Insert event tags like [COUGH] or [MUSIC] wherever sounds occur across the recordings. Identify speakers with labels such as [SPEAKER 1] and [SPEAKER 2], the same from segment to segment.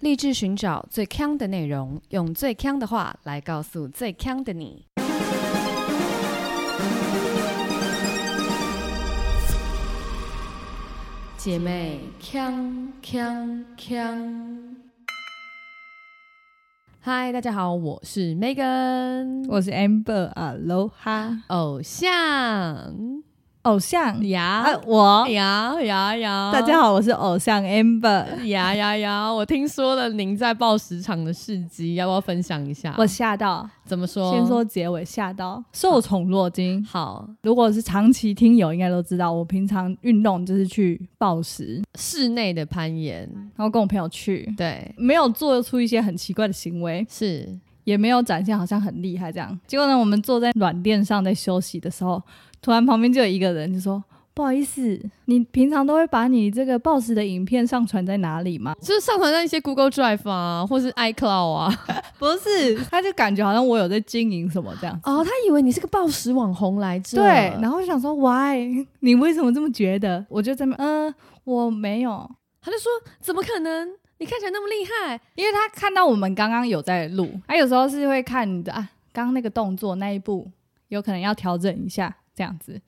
[SPEAKER 1] 立志寻找最强的内容，用最强的话来告诉最强的你。姐妹，强强强！嗨，大家好，我是 Megan，
[SPEAKER 2] 我是 Amber Aloha，
[SPEAKER 1] 偶像
[SPEAKER 2] 偶像啊
[SPEAKER 1] 呀，
[SPEAKER 2] 我
[SPEAKER 1] 呀呀呀！
[SPEAKER 2] 大家好，我是偶像 Amber，
[SPEAKER 1] 呀呀呀！我听说了您在报时场的事迹，要不要分享一下？
[SPEAKER 2] 我吓到，
[SPEAKER 1] 怎么说？
[SPEAKER 2] 先说结尾吓到，受宠若惊。
[SPEAKER 1] 好，
[SPEAKER 2] 如果是长期听友，应该都知道，我平常运动就是去暴食，
[SPEAKER 1] 室内的攀岩，
[SPEAKER 2] 然后跟我朋友去，
[SPEAKER 1] 对，
[SPEAKER 2] 没有做出一些很奇怪的行为，
[SPEAKER 1] 是
[SPEAKER 2] 也没有展现好像很厉害这样。结果呢，我们坐在软垫上在休息的时候，突然旁边就有一个人就说：“不好意思，你平常都会把你这个暴食的影片上传在哪里吗？”
[SPEAKER 1] 就是上传到一些 Google Drive 啊，或是 iCloud 啊。
[SPEAKER 2] [LAUGHS] 不是，他就感觉好像我有在经营什么这样。
[SPEAKER 1] 哦，他以为你是个暴食网红来着。
[SPEAKER 2] 对，然后我就想说，why？你 [LAUGHS] 为什么这么觉得？我就在那边，嗯、我没有，
[SPEAKER 1] 他就说：“怎么可能？你看起来那么厉害
[SPEAKER 2] 因为他看到我们刚刚有在录，他、有时候是会看你的啊，刚刚那个动作那一步，有可能要调整一下这样子，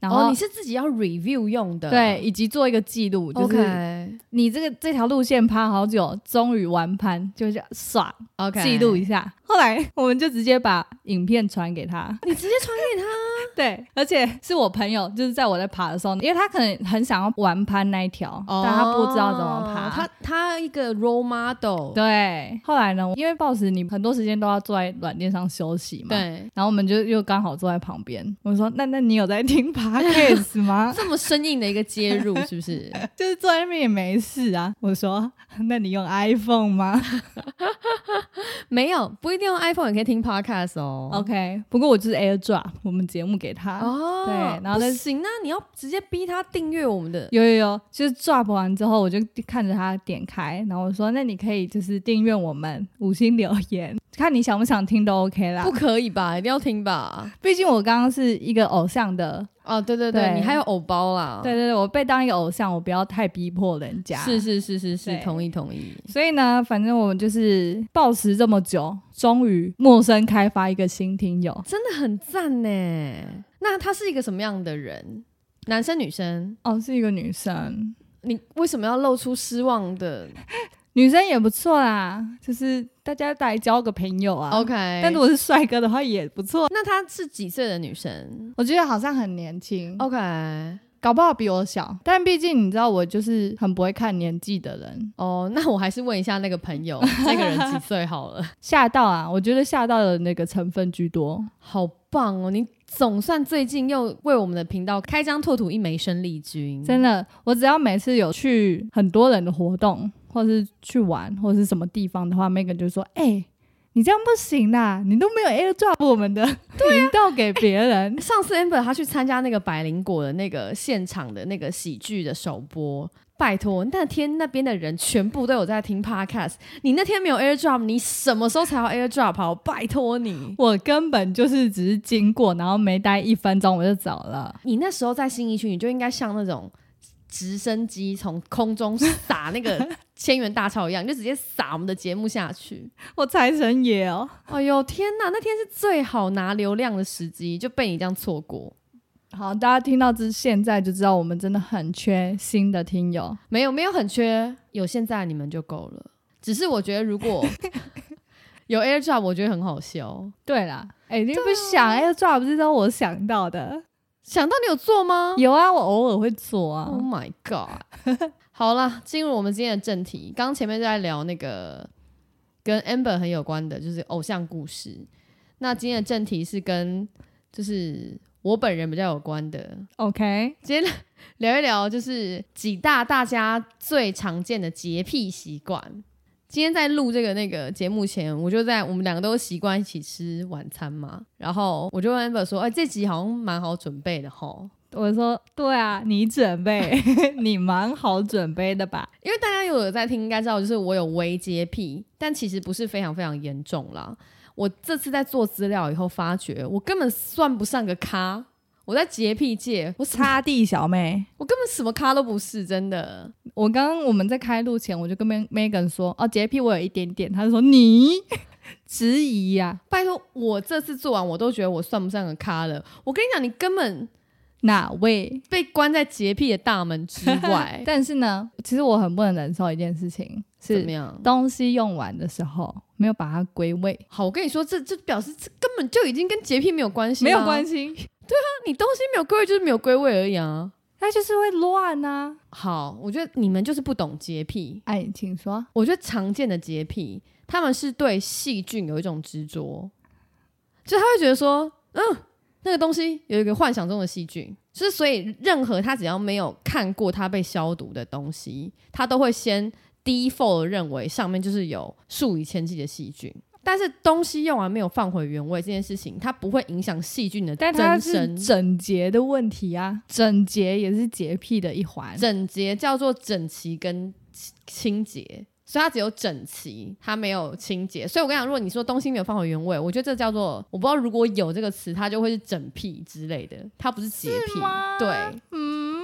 [SPEAKER 2] 然后、
[SPEAKER 1] 哦，你是自己要 review 用的。
[SPEAKER 2] 对，以及做一个记录，就
[SPEAKER 1] o
[SPEAKER 2] 是
[SPEAKER 1] k
[SPEAKER 2] 你这个这条路线趴好久，终于完攀，就是爽，
[SPEAKER 1] OK，
[SPEAKER 2] 记录一下。后来我们就直接把影片传给他，
[SPEAKER 1] 你直接传给他。
[SPEAKER 2] 对，而且是我朋友，就是在我在爬的时候，因为他可能很想要玩攀那一条，但他不知道怎么爬。
[SPEAKER 1] 哦他他一个 role model，
[SPEAKER 2] 对，后来呢，因为暴食你很多时间都要坐在软垫上休息嘛，。
[SPEAKER 1] 对，
[SPEAKER 2] 然后我们就又刚好坐在旁边，我说：“那那你有在 [LAUGHS] 听 podcast 吗？
[SPEAKER 1] 这么生硬的一个接入，是不是？
[SPEAKER 2] [LAUGHS] 就是坐在那边也没事啊。” [LAUGHS] 我说：“那你用 iPhone 吗
[SPEAKER 1] [LAUGHS] 没有，不一定用 iPhone 也可以听 podcast
[SPEAKER 2] [LAUGHS]
[SPEAKER 1] 哦。
[SPEAKER 2] ？”OK，不过我就是 AirDrop 我们节目给他。
[SPEAKER 1] 哦，
[SPEAKER 2] 对然后
[SPEAKER 1] 不
[SPEAKER 2] 再
[SPEAKER 1] 行啊，你要直接逼他订阅我们的。
[SPEAKER 2] 有有有，就是 drop 完之后，我就看着他点开，然后我说：“那你可以就是订阅我们，五星留言， [LAUGHS] 看你想不想听都 OK 啦
[SPEAKER 1] 不。可以吧？一定要听吧？
[SPEAKER 2] 毕竟我刚刚是一个偶像的，
[SPEAKER 1] 哦，对对对，
[SPEAKER 2] 对
[SPEAKER 1] 你还有偶包啦。
[SPEAKER 2] 对，对对，我被当一个偶像，我不要太逼迫人家。
[SPEAKER 1] 是，是是是是，
[SPEAKER 2] 对
[SPEAKER 1] 同意同意。
[SPEAKER 2] 所以呢，反正我们就是保持这么久，终于陌生开发一个新听友，
[SPEAKER 1] 真的很赞呢。那他是一个什么样的人？男生女生？
[SPEAKER 2] 哦，是一个女生，
[SPEAKER 1] 你为什么要露出失望的
[SPEAKER 2] 女生也不错啦，就是大家来交个朋友啊。
[SPEAKER 1] ？OK，
[SPEAKER 2] 但如果是帅哥的话也不错，
[SPEAKER 1] 那她是几岁的女生
[SPEAKER 2] 我觉得好像很年轻。
[SPEAKER 1] ？OK，
[SPEAKER 2] 搞不好比我小，但毕竟你知道，我就是很不会看年纪的人，
[SPEAKER 1] 哦，那我还是问一下那个朋友，这个人几岁好了。
[SPEAKER 2] 吓到啊！我觉得吓到的那个成分居多。
[SPEAKER 1] 好棒哦！你总算最近又为我们的频道开疆拓土一枚生力军，
[SPEAKER 2] 真的，我只要每次有去很多人的活动，或是去玩，或是什么地方的话，Megan 就说：“哎、你这样不行啦，你都没有 [LAUGHS] 哎 airdrop 我们的频道给别人。
[SPEAKER 1] 上次 Amber 她去参加那个百灵果的那个现场的那个喜剧的首播，拜托那天那边的人全部都有在听 podcast，你那天没有 airdrop，你什么时候才要 airdrop 好？拜托你，
[SPEAKER 2] 我根本就是只是经过，然后没待一分钟我就走了。
[SPEAKER 1] 你那时候在新一区，你就应该像那种直升机从空中撒那个千元大钞一样，你就直接撒我们的节目下去。
[SPEAKER 2] 我财神爷哦，
[SPEAKER 1] 哎呦天哪，那天是最好拿流量的时机，就被你这样错过。
[SPEAKER 2] 好，大家听到这现在就知道我们真的很缺新的听友。
[SPEAKER 1] 没有没有很缺，有现在你们就够了。只是我觉得如果有 AirDrop，我觉得很好笑。
[SPEAKER 2] 对啦，哎、你不想 AirDrop 是都我想到的，
[SPEAKER 1] 想到你有做吗
[SPEAKER 2] 有啊，我偶尔会做啊。
[SPEAKER 1] ？Oh my god！好啦，进入我们今天的正题。刚前面在聊那个跟 Amber 很有关的，就是偶像故事。那今天的正题是跟就是我本人比较有关的，
[SPEAKER 2] OK，
[SPEAKER 1] 今天聊一聊，就是几大大家最常见的洁癖习惯。今天在录这个那个节目前，我就在我们两个都习惯一起吃晚餐嘛，然后我就问 Amber 说：“哎、这集好像蛮好准备的吼，
[SPEAKER 2] 我说对啊，你准备， [LAUGHS] 你蛮好准备的吧？
[SPEAKER 1] 因为大家如果有在听，应该知道就是我有微洁癖，但其实不是非常非常严重啦。我这次在做资料以后，发觉我根本算不上个咖，我在洁癖界，我什么
[SPEAKER 2] 擦地小妹。
[SPEAKER 1] 我根本什么咖都不是，真的。
[SPEAKER 2] 我刚刚我们在开录前，我就跟 Meg- Megan 说，哦，洁癖我有一点点，他就说你 [LAUGHS] 质疑呀、
[SPEAKER 1] 拜托，我这次做完，我都觉得我算不上个咖了。我跟你讲，你根本
[SPEAKER 2] 哪位？
[SPEAKER 1] 被关在洁癖的大门之 [LAUGHS] 外，
[SPEAKER 2] 但是呢，其实我很不能忍受一件事情，
[SPEAKER 1] 怎么
[SPEAKER 2] 是
[SPEAKER 1] 样？
[SPEAKER 2] 东西用完的时候没有把它归位，
[SPEAKER 1] 好，我跟你说，这这表示这根本就已经跟洁癖没有关系，
[SPEAKER 2] 没有关
[SPEAKER 1] 系。
[SPEAKER 2] 系，
[SPEAKER 1] 你东西没有归位，就是没有归位而已啊。
[SPEAKER 2] 它就是会乱啊。
[SPEAKER 1] 好，我觉得你们就是不懂洁癖。
[SPEAKER 2] 哎，请说，
[SPEAKER 1] 我觉得常见的洁癖，他们是对细菌有一种执着，就是他会觉得说，嗯，那个东西有一个幻想中的细菌，就是所以任何他只要没有看过它被消毒的东西，他都会先 default 地认为上面就是有数以千计的细菌。但是东西用完没有放回原位这件事情，它不会影响细菌的
[SPEAKER 2] 但它
[SPEAKER 1] 增
[SPEAKER 2] 是
[SPEAKER 1] 生。
[SPEAKER 2] 整洁的问题啊，整洁也是洁癖的一环。
[SPEAKER 1] 整洁叫做整齐跟清清洁，所以它只有整齐，它没有清洁。所以我跟你讲，如果你说东西没有放回原位，我觉得这叫做我不知道，如果有这个词，它就会是整癖之类的，它不是洁癖。对，
[SPEAKER 2] 嗯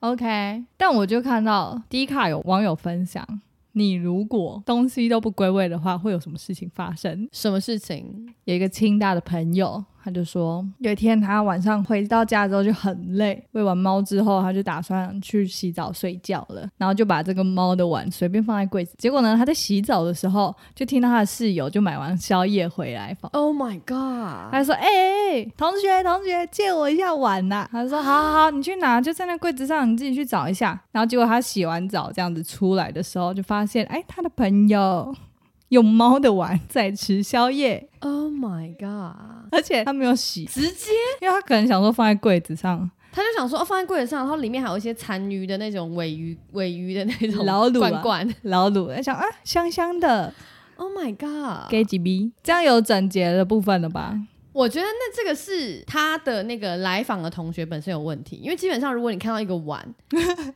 [SPEAKER 2] ，OK。但我就看到 D 卡有网友分享，你如果东西都不归位的话，会有什么事情发生？
[SPEAKER 1] 什么事情？
[SPEAKER 2] 有一个清大的朋友，他就说，有一天他晚上回到家之后就很累，喂完猫之后，他就打算去洗澡睡觉了，然后就把这个猫的碗随便放在柜子。结果呢，他在洗澡的时候，就听到他的室友就买完宵夜回来房。
[SPEAKER 1] Oh my god！
[SPEAKER 2] 他就说：“哎、哎、哎同学，同学，借我一下碗呐、他就说：“好好好，你去拿，就在那柜子上，你自己去找一下。”然后结果他洗完澡这样子出来的时候，就发现，哎，他的朋友 [LAUGHS] 用猫的碗在吃宵夜，
[SPEAKER 1] Oh my god！
[SPEAKER 2] 而且他没有
[SPEAKER 1] [LAUGHS]
[SPEAKER 2] 洗，
[SPEAKER 1] 直接
[SPEAKER 2] 因为他可能想说放在柜子上，
[SPEAKER 1] 他就想说，哦，放在柜子上，然后里面还有一些残余的那种尾鱼、尾鱼的那种
[SPEAKER 2] 老卤啊
[SPEAKER 1] 罐罐。
[SPEAKER 2] 老鲁在想啊，香香的，
[SPEAKER 1] Oh my god！
[SPEAKER 2] 给几逼，这样有整洁的部分了吧？
[SPEAKER 1] 我觉得那这个是他的那个来访的同学本身有问题，因为基本上如果你看到一个
[SPEAKER 2] [LAUGHS]
[SPEAKER 1] 碗，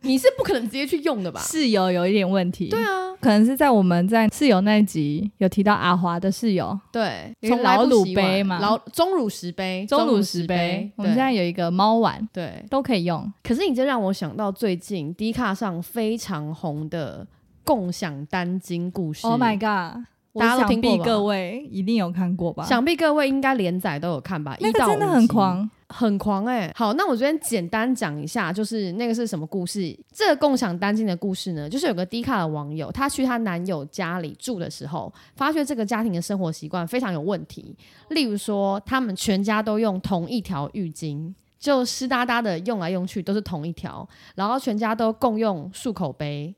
[SPEAKER 1] 你是不可能直接去用的吧？
[SPEAKER 2] 室友有一点问题，
[SPEAKER 1] 对啊，
[SPEAKER 2] 可能是在我们在室友那一集有提到阿华的室友，
[SPEAKER 1] 对，
[SPEAKER 2] 有一个
[SPEAKER 1] 从来不
[SPEAKER 2] 老乳
[SPEAKER 1] 洗碗
[SPEAKER 2] 杯嘛
[SPEAKER 1] 老钟乳石杯，
[SPEAKER 2] 中乳
[SPEAKER 1] 石
[SPEAKER 2] 石杯，我
[SPEAKER 1] 对
[SPEAKER 2] 们现在有一个猫碗
[SPEAKER 1] 对。
[SPEAKER 2] 都可以用。
[SPEAKER 1] 可是你这让我想到最近 D 卡上非常红的共享单晶故事
[SPEAKER 2] Oh my god！
[SPEAKER 1] 大家都
[SPEAKER 2] 我
[SPEAKER 1] 听
[SPEAKER 2] 想
[SPEAKER 1] 过
[SPEAKER 2] 必
[SPEAKER 1] 吧
[SPEAKER 2] 各位一定有看过吧？
[SPEAKER 1] 想必各位应该连载都有看吧？
[SPEAKER 2] 那
[SPEAKER 1] 一
[SPEAKER 2] 个
[SPEAKER 1] 到
[SPEAKER 2] 真的
[SPEAKER 1] 五
[SPEAKER 2] 很
[SPEAKER 1] 集
[SPEAKER 2] 狂，
[SPEAKER 1] 很狂哎、好，那我这边简单讲一下，就是那个是什么故事？这个共享单亲的故事呢，就是有个低卡的网友，她去她男友家里住的时候，发觉这个家庭的生活习惯非常有问题，例如说他们全家都用同一条浴巾。就湿哒哒的用来用去都是同一条，然后全家都共用漱口杯，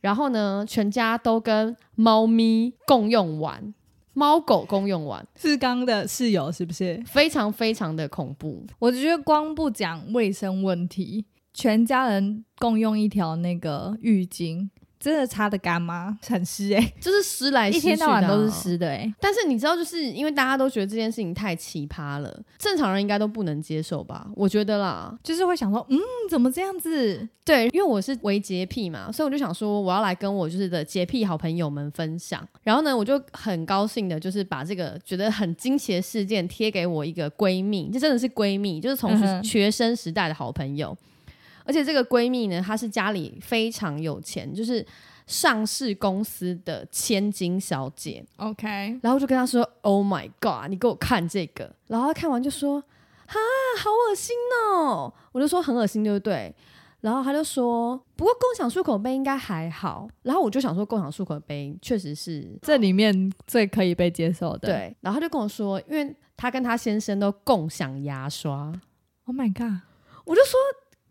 [SPEAKER 1] 然后呢，全家都跟猫咪共用碗，猫狗共用碗，
[SPEAKER 2] 志刚的室友是不是？
[SPEAKER 1] 非常非常的恐怖。
[SPEAKER 2] 我就觉得光不讲卫生问题，全家人共用一条那个浴巾，真的擦的干妈很湿哎、
[SPEAKER 1] 就是湿来湿
[SPEAKER 2] 一
[SPEAKER 1] 去的啊
[SPEAKER 2] 天到晚都是。湿的哎、
[SPEAKER 1] 但是你知道，就是因为大家都觉得这件事情太奇葩了，正常人应该都不能接受吧？我觉得啦，
[SPEAKER 2] 就是会想说，嗯，怎么这样子？
[SPEAKER 1] 对，因为我是微洁癖嘛，所以我就想说，我要来跟我就是的洁癖好朋友们分享。然后呢，我就很高兴的，就是把这个觉得很惊奇的事件贴给我一个闺蜜，这真的是闺蜜，就是从
[SPEAKER 2] 嗯
[SPEAKER 1] 学
[SPEAKER 2] 哼
[SPEAKER 1] 学生时代的好朋友。而且这个闺蜜呢，她是家里非常有钱，就是上市公司的千金小姐。
[SPEAKER 2] OK，
[SPEAKER 1] 然后我就跟他说：“Oh my god，你给我看这个。”然后他看完就说：“哈，好恶心哦！”我就说：“很恶心，对不对？”然后他就说：“不过共享漱口杯应该还好。”然后我就想说，共享漱口杯确实是
[SPEAKER 2] 这里面最可以被接受的。
[SPEAKER 1] 对。然后他就跟我说，因为他跟他先生都共享牙刷，
[SPEAKER 2] ，Oh my god，
[SPEAKER 1] 我就说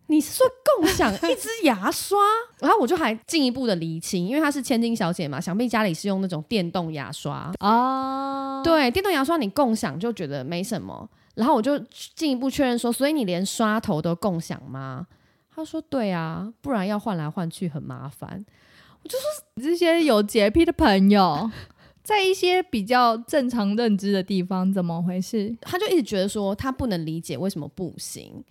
[SPEAKER 1] 你是说共享一支牙刷？然后我就还进一步的厘清，因为她是千金小姐嘛，想必家里是用那种电动牙刷，
[SPEAKER 2] 哦、
[SPEAKER 1] 对，电动牙刷你共享就觉得没什么，然后我就进一步确认说，所以你连刷头都共享吗？他说对啊，不然要换来换去很麻烦。
[SPEAKER 2] 这些有洁癖的朋友， [LAUGHS] 在一些比较正常认知的地方，怎么回事？
[SPEAKER 1] 他就一直觉得说他不能理解为什么不行。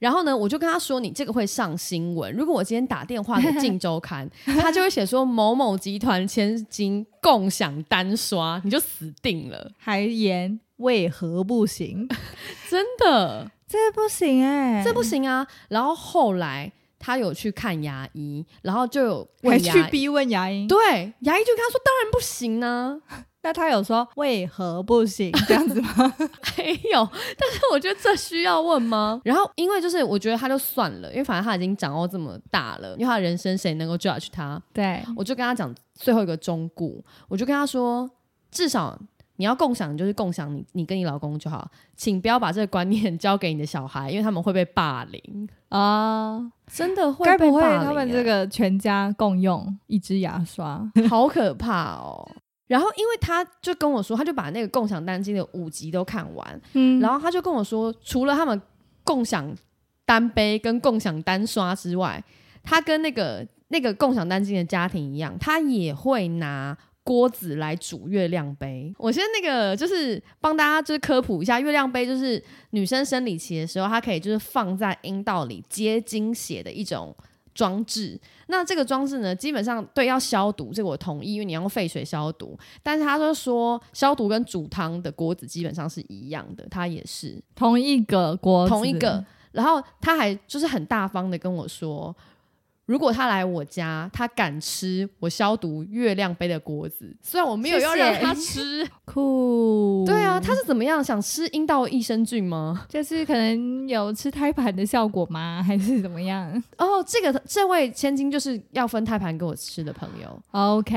[SPEAKER 1] 然后呢，我就跟他说：“你这个会上新闻。如果我今天打电话给《镜周刊》，他就会写说某某集团千金共享单刷，你就死定了，
[SPEAKER 2] 还言为何不行？
[SPEAKER 1] 真的。
[SPEAKER 2] [LAUGHS] 这 [LAUGHS] 这不行哎、
[SPEAKER 1] 这不行啊。然后后来他有去看牙医，然后就有
[SPEAKER 2] 还
[SPEAKER 1] 问牙
[SPEAKER 2] 去
[SPEAKER 1] 医，
[SPEAKER 2] 逼问牙医，
[SPEAKER 1] 对，牙医就跟他说当然不行 [LAUGHS] 啊，
[SPEAKER 2] 那他有说为何不行 [LAUGHS] 这样子吗？
[SPEAKER 1] 没有。但是我觉得这需要问吗？然后因为就是我觉得他就算了，因为反正他已经长到这么大了，因为他的人生谁能够 judge 他？
[SPEAKER 2] 对，
[SPEAKER 1] 我就跟他讲最后一个忠告，我就跟他说，至少你要共享，就是共享你你跟你老公就好，请不要把这个观念交给你的小孩，因为他们会被霸凌，
[SPEAKER 2] 啊，
[SPEAKER 1] 真的会
[SPEAKER 2] 该
[SPEAKER 1] 被
[SPEAKER 2] 不会啊
[SPEAKER 1] 霸凌
[SPEAKER 2] 他们
[SPEAKER 1] 欸
[SPEAKER 2] 这个全家共用一支牙刷？
[SPEAKER 1] 好可怕哦。然后，因为他就跟我说，他就把那个共享单机的五集都看完，
[SPEAKER 2] [LAUGHS] 嗯
[SPEAKER 1] 然后他就跟我说，除了他们共享单杯跟共享单刷之外，他跟那个那个共享单机的家庭一样，他也会拿。锅子来煮月亮杯，我先那个就是帮大家就是科普一下，月亮杯就是女生生理期的时候，它可以就是放在阴道里接经血的一种装置。那这个装置呢，基本上对要消毒，这个我同意，因为你要用沸水消毒。但是他就说消毒跟煮汤的锅子基本上是一样的，他也是
[SPEAKER 2] 同一个锅，
[SPEAKER 1] 同一个。然后他还就是很大方的跟我说，如果他来我家，他敢吃我消毒月亮杯的锅子，虽然我没有要
[SPEAKER 2] 谢谢
[SPEAKER 1] 让他吃。
[SPEAKER 2] 酷，
[SPEAKER 1] 对啊，他是怎么样？想吃阴道益生菌吗？
[SPEAKER 2] 就是可能有吃胎盘的效果吗？还是怎么样
[SPEAKER 1] 哦，这个这位千金就是要分胎盘给我吃的朋友，
[SPEAKER 2] ？OK，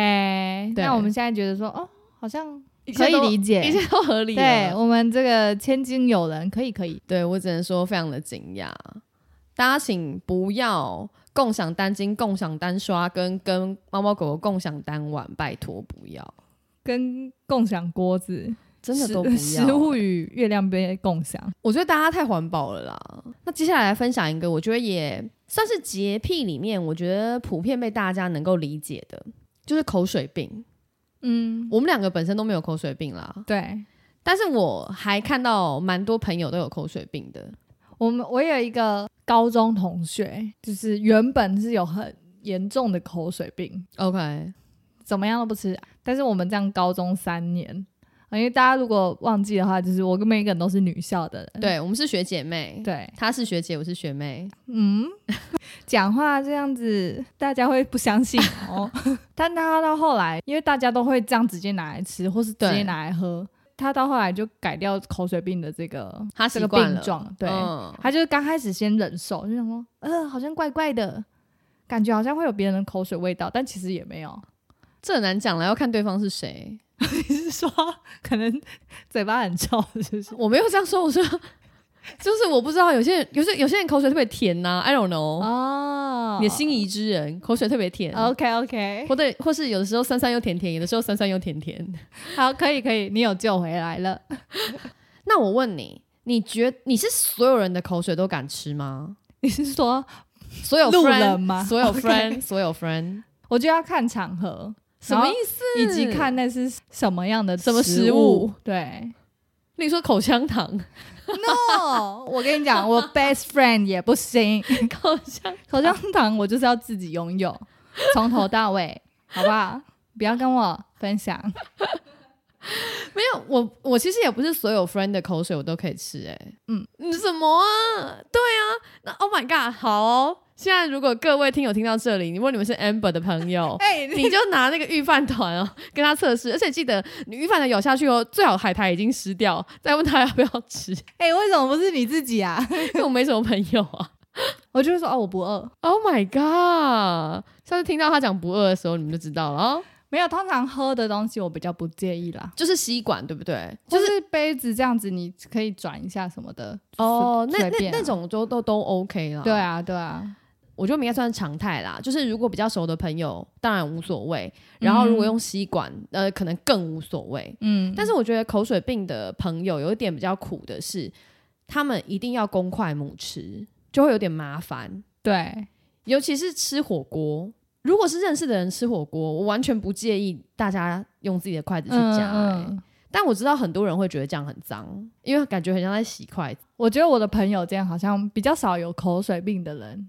[SPEAKER 1] 对
[SPEAKER 2] 那我们现在觉得说，哦，好像
[SPEAKER 1] 一切
[SPEAKER 2] 可以
[SPEAKER 1] 都
[SPEAKER 2] 理啊
[SPEAKER 1] 一
[SPEAKER 2] 解，
[SPEAKER 1] 切都合理了。
[SPEAKER 2] 对我们这个千金友人可以可以，
[SPEAKER 1] 对我只能说非常的惊讶。大家请不要共享单巾、共享单刷跟跟猫猫狗狗共享单碗，拜托不要，
[SPEAKER 2] 跟共享锅子，
[SPEAKER 1] 真的
[SPEAKER 2] 食
[SPEAKER 1] 都不要。
[SPEAKER 2] 呃食物与月亮杯共享，
[SPEAKER 1] 我觉得大家太环保了啦。那接下来来分享一个，我觉得也算是洁癖里面，我觉得普遍被大家能够理解的，就是口水病。
[SPEAKER 2] 嗯，
[SPEAKER 1] 我们两个本身都没有口水病啦，
[SPEAKER 2] 对。
[SPEAKER 1] 但是我还看到蛮多朋友都有口水病的。
[SPEAKER 2] 我们我有一个高中同学，就是原本是有很严重的口水病，
[SPEAKER 1] OK，
[SPEAKER 2] 怎么样都不吃。啊但是我们这样高中三年，啊因为大家如果忘记的话，就是我跟 Megan 都是女校的人，
[SPEAKER 1] 对我们是学姐妹，
[SPEAKER 2] 对，
[SPEAKER 1] 她是学姐，我是学妹。
[SPEAKER 2] 嗯， [LAUGHS] 讲话这样子大家会不相 [LAUGHS] 信哦。但他到后来，因为大家都会这样直接拿来吃，或是直
[SPEAKER 1] 对
[SPEAKER 2] 接拿来喝，他到后来就改掉口水病的这个
[SPEAKER 1] 他
[SPEAKER 2] 这
[SPEAKER 1] 习
[SPEAKER 2] 个
[SPEAKER 1] 惯
[SPEAKER 2] 病
[SPEAKER 1] 了，
[SPEAKER 2] 状，对。
[SPEAKER 1] 嗯
[SPEAKER 2] 他就是刚开始先忍受，就想说，呃，好像怪怪的，感觉好像会有别人的口水味道，但其实也没有。
[SPEAKER 1] 这很难讲了，要看对方是谁。
[SPEAKER 2] 你是说可能嘴巴很臭，是不是？
[SPEAKER 1] 我没有这样说，我说就是我不知道，有些人有些有些人口水特别甜呐、i don't know，、
[SPEAKER 2] 哦
[SPEAKER 1] 你的心仪之人口水特别甜，
[SPEAKER 2] OK OK，
[SPEAKER 1] 或者或是有的时候酸酸又甜甜，有的时候酸酸又甜甜。
[SPEAKER 2] 好，可以可以，你有救回来了。
[SPEAKER 1] 那我问你，你觉你是所有人的口水都敢吃吗？
[SPEAKER 2] [LAUGHS] 你是说，
[SPEAKER 1] 所有
[SPEAKER 2] 路
[SPEAKER 1] friend
[SPEAKER 2] 人吗
[SPEAKER 1] 所有
[SPEAKER 2] OK
[SPEAKER 1] friend，、所有 friend，
[SPEAKER 2] 我就要看场合，
[SPEAKER 1] 什么
[SPEAKER 2] 然后
[SPEAKER 1] 意思？
[SPEAKER 2] 以及看那是嗯什么样的
[SPEAKER 1] 什么
[SPEAKER 2] 食
[SPEAKER 1] 食物
[SPEAKER 2] 对
[SPEAKER 1] 你说口香糖，
[SPEAKER 2] ，No，我 [LAUGHS] 跟你讲，我 best friend 也不行，
[SPEAKER 1] 口香
[SPEAKER 2] [LAUGHS] 口香糖我就是要自己拥有，从头到尾， [LAUGHS] 好不好？不要跟我分享。
[SPEAKER 1] 没有，我我其实也不是所有 friend 的口水我都可以吃、欸，哎，
[SPEAKER 2] 嗯，
[SPEAKER 1] 嗯，你什么啊？对啊，那 Oh my God，好哦、现在如果各位听友听到这里，如果你们是 Amber 的朋友
[SPEAKER 2] [LAUGHS]
[SPEAKER 1] [LAUGHS]
[SPEAKER 2] 哎、
[SPEAKER 1] 你就拿那个预饭团哦，跟他测试，而且记得你预饭团咬下去哦，最好海苔已经湿掉，再问他要不要 [LAUGHS] 吃，
[SPEAKER 2] 哎、为什么不是你自己啊？
[SPEAKER 1] 因为我没什么朋友啊。
[SPEAKER 2] [LAUGHS] 我就会说哦，我不饿。
[SPEAKER 1] Oh my God，下次听到他讲不饿的时候，你们就知道了哦，
[SPEAKER 2] 没有，通常喝的东西我比较不介意啦，
[SPEAKER 1] 就是吸管对不对？
[SPEAKER 2] 就是杯子这样子，你可以转一下什么的。
[SPEAKER 1] 哦，那
[SPEAKER 2] 随
[SPEAKER 1] 那
[SPEAKER 2] 便啊
[SPEAKER 1] 那种都都都 OK 啦。
[SPEAKER 2] 对啊，对啊，
[SPEAKER 1] 我觉得我们应该算是常态啦。就是如果比较熟的朋友，当然无所谓；然后如果用吸管，呃，可能更无所谓。
[SPEAKER 2] 嗯，
[SPEAKER 1] 但是我觉得口水病的朋友有一点比较苦的是，他们一定要公筷母吃，就会有点麻烦，
[SPEAKER 2] 对，
[SPEAKER 1] 尤其是吃火锅。如果是认识的人吃火锅，我完全不介意大家用自己的筷子去夹、
[SPEAKER 2] 嗯
[SPEAKER 1] 欸
[SPEAKER 2] 嗯
[SPEAKER 1] 但我知道很多人会觉得这样很脏，因为感觉很像在洗筷子。
[SPEAKER 2] 我觉得我的朋友间好像比较少有口水病的人，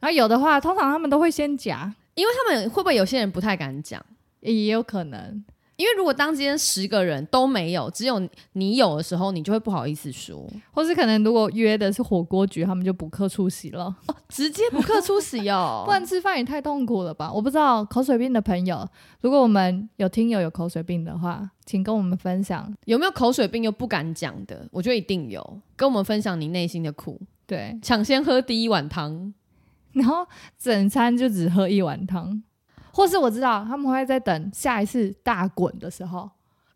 [SPEAKER 2] 然后有的话，通常他们都会先夹，
[SPEAKER 1] 因为他们会不会有些人不太敢讲？
[SPEAKER 2] 也有可能。
[SPEAKER 1] 因为如果当今天十个人都没有，只有你有的时候，你就会不好意思说，
[SPEAKER 2] 或是可能如果约的是火锅局，他们就补课出席了，
[SPEAKER 1] 直接 [LAUGHS] 不客出席哦
[SPEAKER 2] 不。然吃饭也太痛苦了吧？我不知道口水病的朋友，如果我们有听友有口水病的话，请跟我们分享。
[SPEAKER 1] 有没有口水病又不敢讲的？我觉得一定有，跟我们分享你内心的苦，
[SPEAKER 2] 对，
[SPEAKER 1] 抢先喝第一碗汤。
[SPEAKER 2] 然后整餐就只喝一碗汤，或是我知道他们会在等下一次大滚的时候，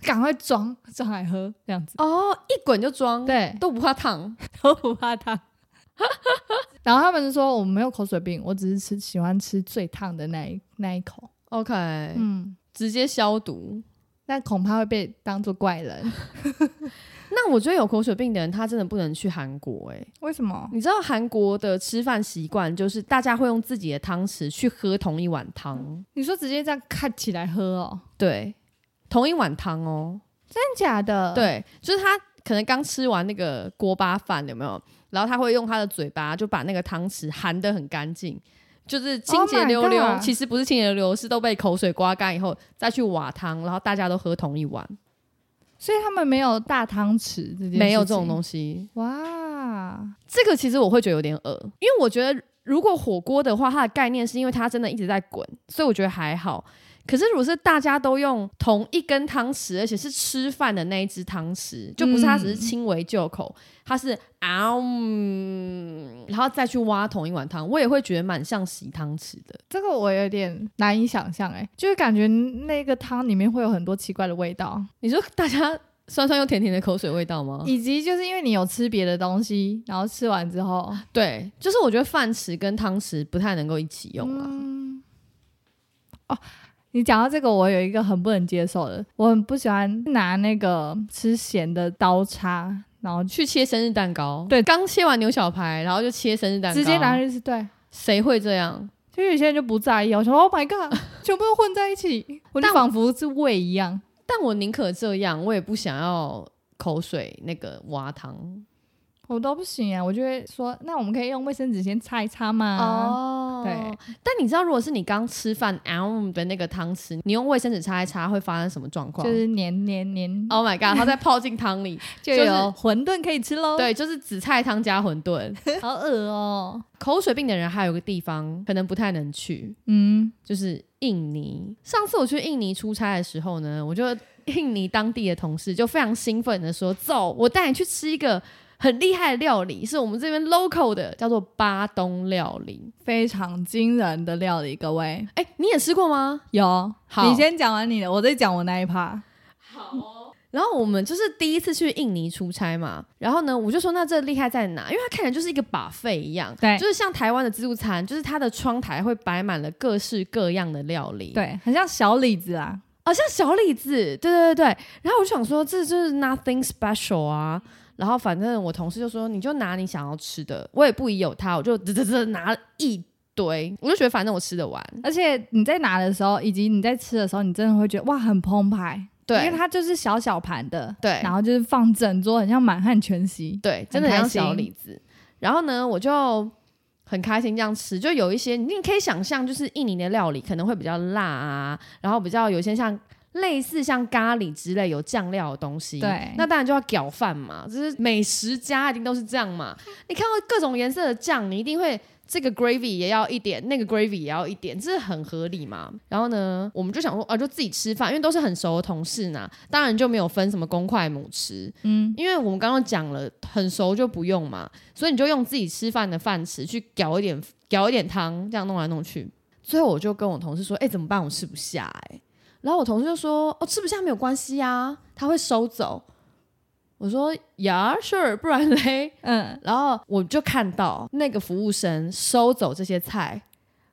[SPEAKER 2] 赶快装装来喝这样子。
[SPEAKER 1] 哦，一滚就装，
[SPEAKER 2] 对，
[SPEAKER 1] 都不怕烫。
[SPEAKER 2] 都不怕烫。 [LAUGHS] 然后他们就说我没有口水病，我只是吃喜欢吃最烫的那一那一口。
[SPEAKER 1] OK，、
[SPEAKER 2] 嗯，
[SPEAKER 1] 直接消毒。
[SPEAKER 2] 但恐怕会被当做怪人。
[SPEAKER 1] 那我觉得有口水病的人，他真的不能去韩国哎、
[SPEAKER 2] 为什么？
[SPEAKER 1] 你知道韩国的吃饭习惯就是大家会用自己的汤匙去喝同一碗汤，
[SPEAKER 2] 你说直接这样看起来喝哦？
[SPEAKER 1] 对，同一碗汤哦，
[SPEAKER 2] 真假的？，
[SPEAKER 1] 对，就是他可能刚吃完那个锅巴饭有没有？然后他会用他的嘴巴就把那个汤匙含得很干净，就是清
[SPEAKER 2] Oh
[SPEAKER 1] 洁
[SPEAKER 2] my
[SPEAKER 1] 溜溜。
[SPEAKER 2] God
[SPEAKER 1] 其实不是清洁溜溜，是都被口水刮干以后再去挖汤，然后大家都喝同一碗，
[SPEAKER 2] 所以他们没有大汤匙这件
[SPEAKER 1] 没有这种
[SPEAKER 2] 西。
[SPEAKER 1] 东西。
[SPEAKER 2] 哇，
[SPEAKER 1] 这个其实我会觉得有点恶，因为我觉得如果火锅的话，它的概念是因为它真的一直在滚，所以我觉得还好。可是如果是大家都用同一根汤匙，而且是吃饭的那一只汤匙，就不是它只是
[SPEAKER 2] 嗯
[SPEAKER 1] 轻微就口，它是啊、嗯，然后再去挖同一碗汤，我也会觉得蛮像洗汤匙的。
[SPEAKER 2] 这个我有点难以想象哎，就是感觉那个汤里面会有很多奇怪的味道，
[SPEAKER 1] 你说大家酸酸又甜甜的口水味道吗？
[SPEAKER 2] 以及就是因为你有吃别的东西，然后吃完之后
[SPEAKER 1] 对，就是我觉得饭匙跟汤匙不太能够一起用啊。
[SPEAKER 2] 嗯哦，你讲到这个，我有一个很不能接受的，我很不喜欢拿那个吃咸的刀叉，然后
[SPEAKER 1] 去切生日蛋糕，
[SPEAKER 2] 对
[SPEAKER 1] 刚切完牛小排，然后就切生日蛋糕，
[SPEAKER 2] 直接拿去吃。对，
[SPEAKER 1] 谁会这样？
[SPEAKER 2] 就有些人就不在意，我想说 Oh my god，
[SPEAKER 1] [LAUGHS]
[SPEAKER 2] 全部都混在一起，我就
[SPEAKER 1] 但
[SPEAKER 2] 仿佛是胃一样。
[SPEAKER 1] 但我宁可这样，我也不想要口水那个挖汤
[SPEAKER 2] 我都不行啊！我就会说，那我们可以用卫生纸先擦一擦吗？
[SPEAKER 1] 哦
[SPEAKER 2] 对。
[SPEAKER 1] 但你知道，如果是你刚吃饭 M 的那个汤匙，你用卫生纸擦一擦，会发生什么状况？
[SPEAKER 2] 就是黏黏黏，
[SPEAKER 1] Oh my god！它再泡进汤里，
[SPEAKER 2] 就
[SPEAKER 1] 就是
[SPEAKER 2] 有馄饨可以吃喽。，
[SPEAKER 1] 对，就是紫菜汤加馄饨。
[SPEAKER 2] 好恶哦。
[SPEAKER 1] 口水病的人还有一个地方可能不太能去，
[SPEAKER 2] 嗯，
[SPEAKER 1] 就是印尼。上次我去印尼出差的时候呢，我就印尼当地的同事就非常兴奋的说：“走，我带你去吃一个很厉害的料理，是我们这边 local 的，叫做巴东料理。
[SPEAKER 2] 非常惊人的料理，各位。
[SPEAKER 1] 哎，你也吃过吗？
[SPEAKER 2] 有，
[SPEAKER 1] 好
[SPEAKER 2] 你先讲完你的，我再讲我那一趴。
[SPEAKER 1] 然后我们就是第一次去印尼出差嘛，然后呢，我就说那这厉害在哪？因为它看起来就是一个把费一样，
[SPEAKER 2] 对
[SPEAKER 1] 就是像台湾的自助餐，就是它的窗台会摆满了各式各样的料理，
[SPEAKER 2] 对，很像小李子啊，
[SPEAKER 1] 哦，像小李子，对对对对。然后我就想说，这就是 nothing special 啊。然后反正我同事就说，你就拿你想要吃的，我也不疑有他，我就啧啧啧拿了一堆，我就觉得反正我吃得完。
[SPEAKER 2] 而且你在拿的时候，以及你在吃的时候，你真的会觉得哇，很澎湃，因
[SPEAKER 1] 对
[SPEAKER 2] 为它就是小小盘的，
[SPEAKER 1] 对
[SPEAKER 2] 然后就是放整桌，很像满汉全席，
[SPEAKER 1] 对，真的
[SPEAKER 2] 很开
[SPEAKER 1] 像小
[SPEAKER 2] 心
[SPEAKER 1] 李子。然后呢，我就很开心这样吃，就有一些你可以想象，就是印尼的料理可能会比较辣啊，然后比较有一些像。类似像咖喱之类有酱料的东西，
[SPEAKER 2] 对
[SPEAKER 1] 那当然就要搅饭嘛，就是美食家一定都是这样嘛。你看到各种颜色的酱，你一定会这个 gravy 也要一点，那个 gravy 也要一点，这是很合理嘛。然后呢，我们就想说，啊，就自己吃饭，因为都是很熟的同事呢，当然就没有分什么公筷母匙，
[SPEAKER 2] 嗯，
[SPEAKER 1] 因为我们刚刚讲了，很熟就不用嘛，所以你就用自己吃饭的饭匙去舀一点舀一点汤，这样弄来弄去。最后我就跟我同事说：“哎、怎么办？我吃不下哎、然后我同事就说：“哦，吃不下没有关系啊，他会收走。”我说：“Yeah, sure，不然嘞。” [LAUGHS]
[SPEAKER 2] 嗯，
[SPEAKER 1] 然后我就看到那个服务生收走这些菜，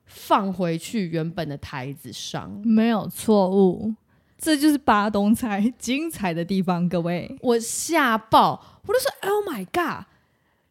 [SPEAKER 1] 放回去原本的台子上。
[SPEAKER 2] 没有错误，这就是巴东菜 [LAUGHS] 精彩的地方，各位。
[SPEAKER 1] 我吓爆，我就说 Oh my god，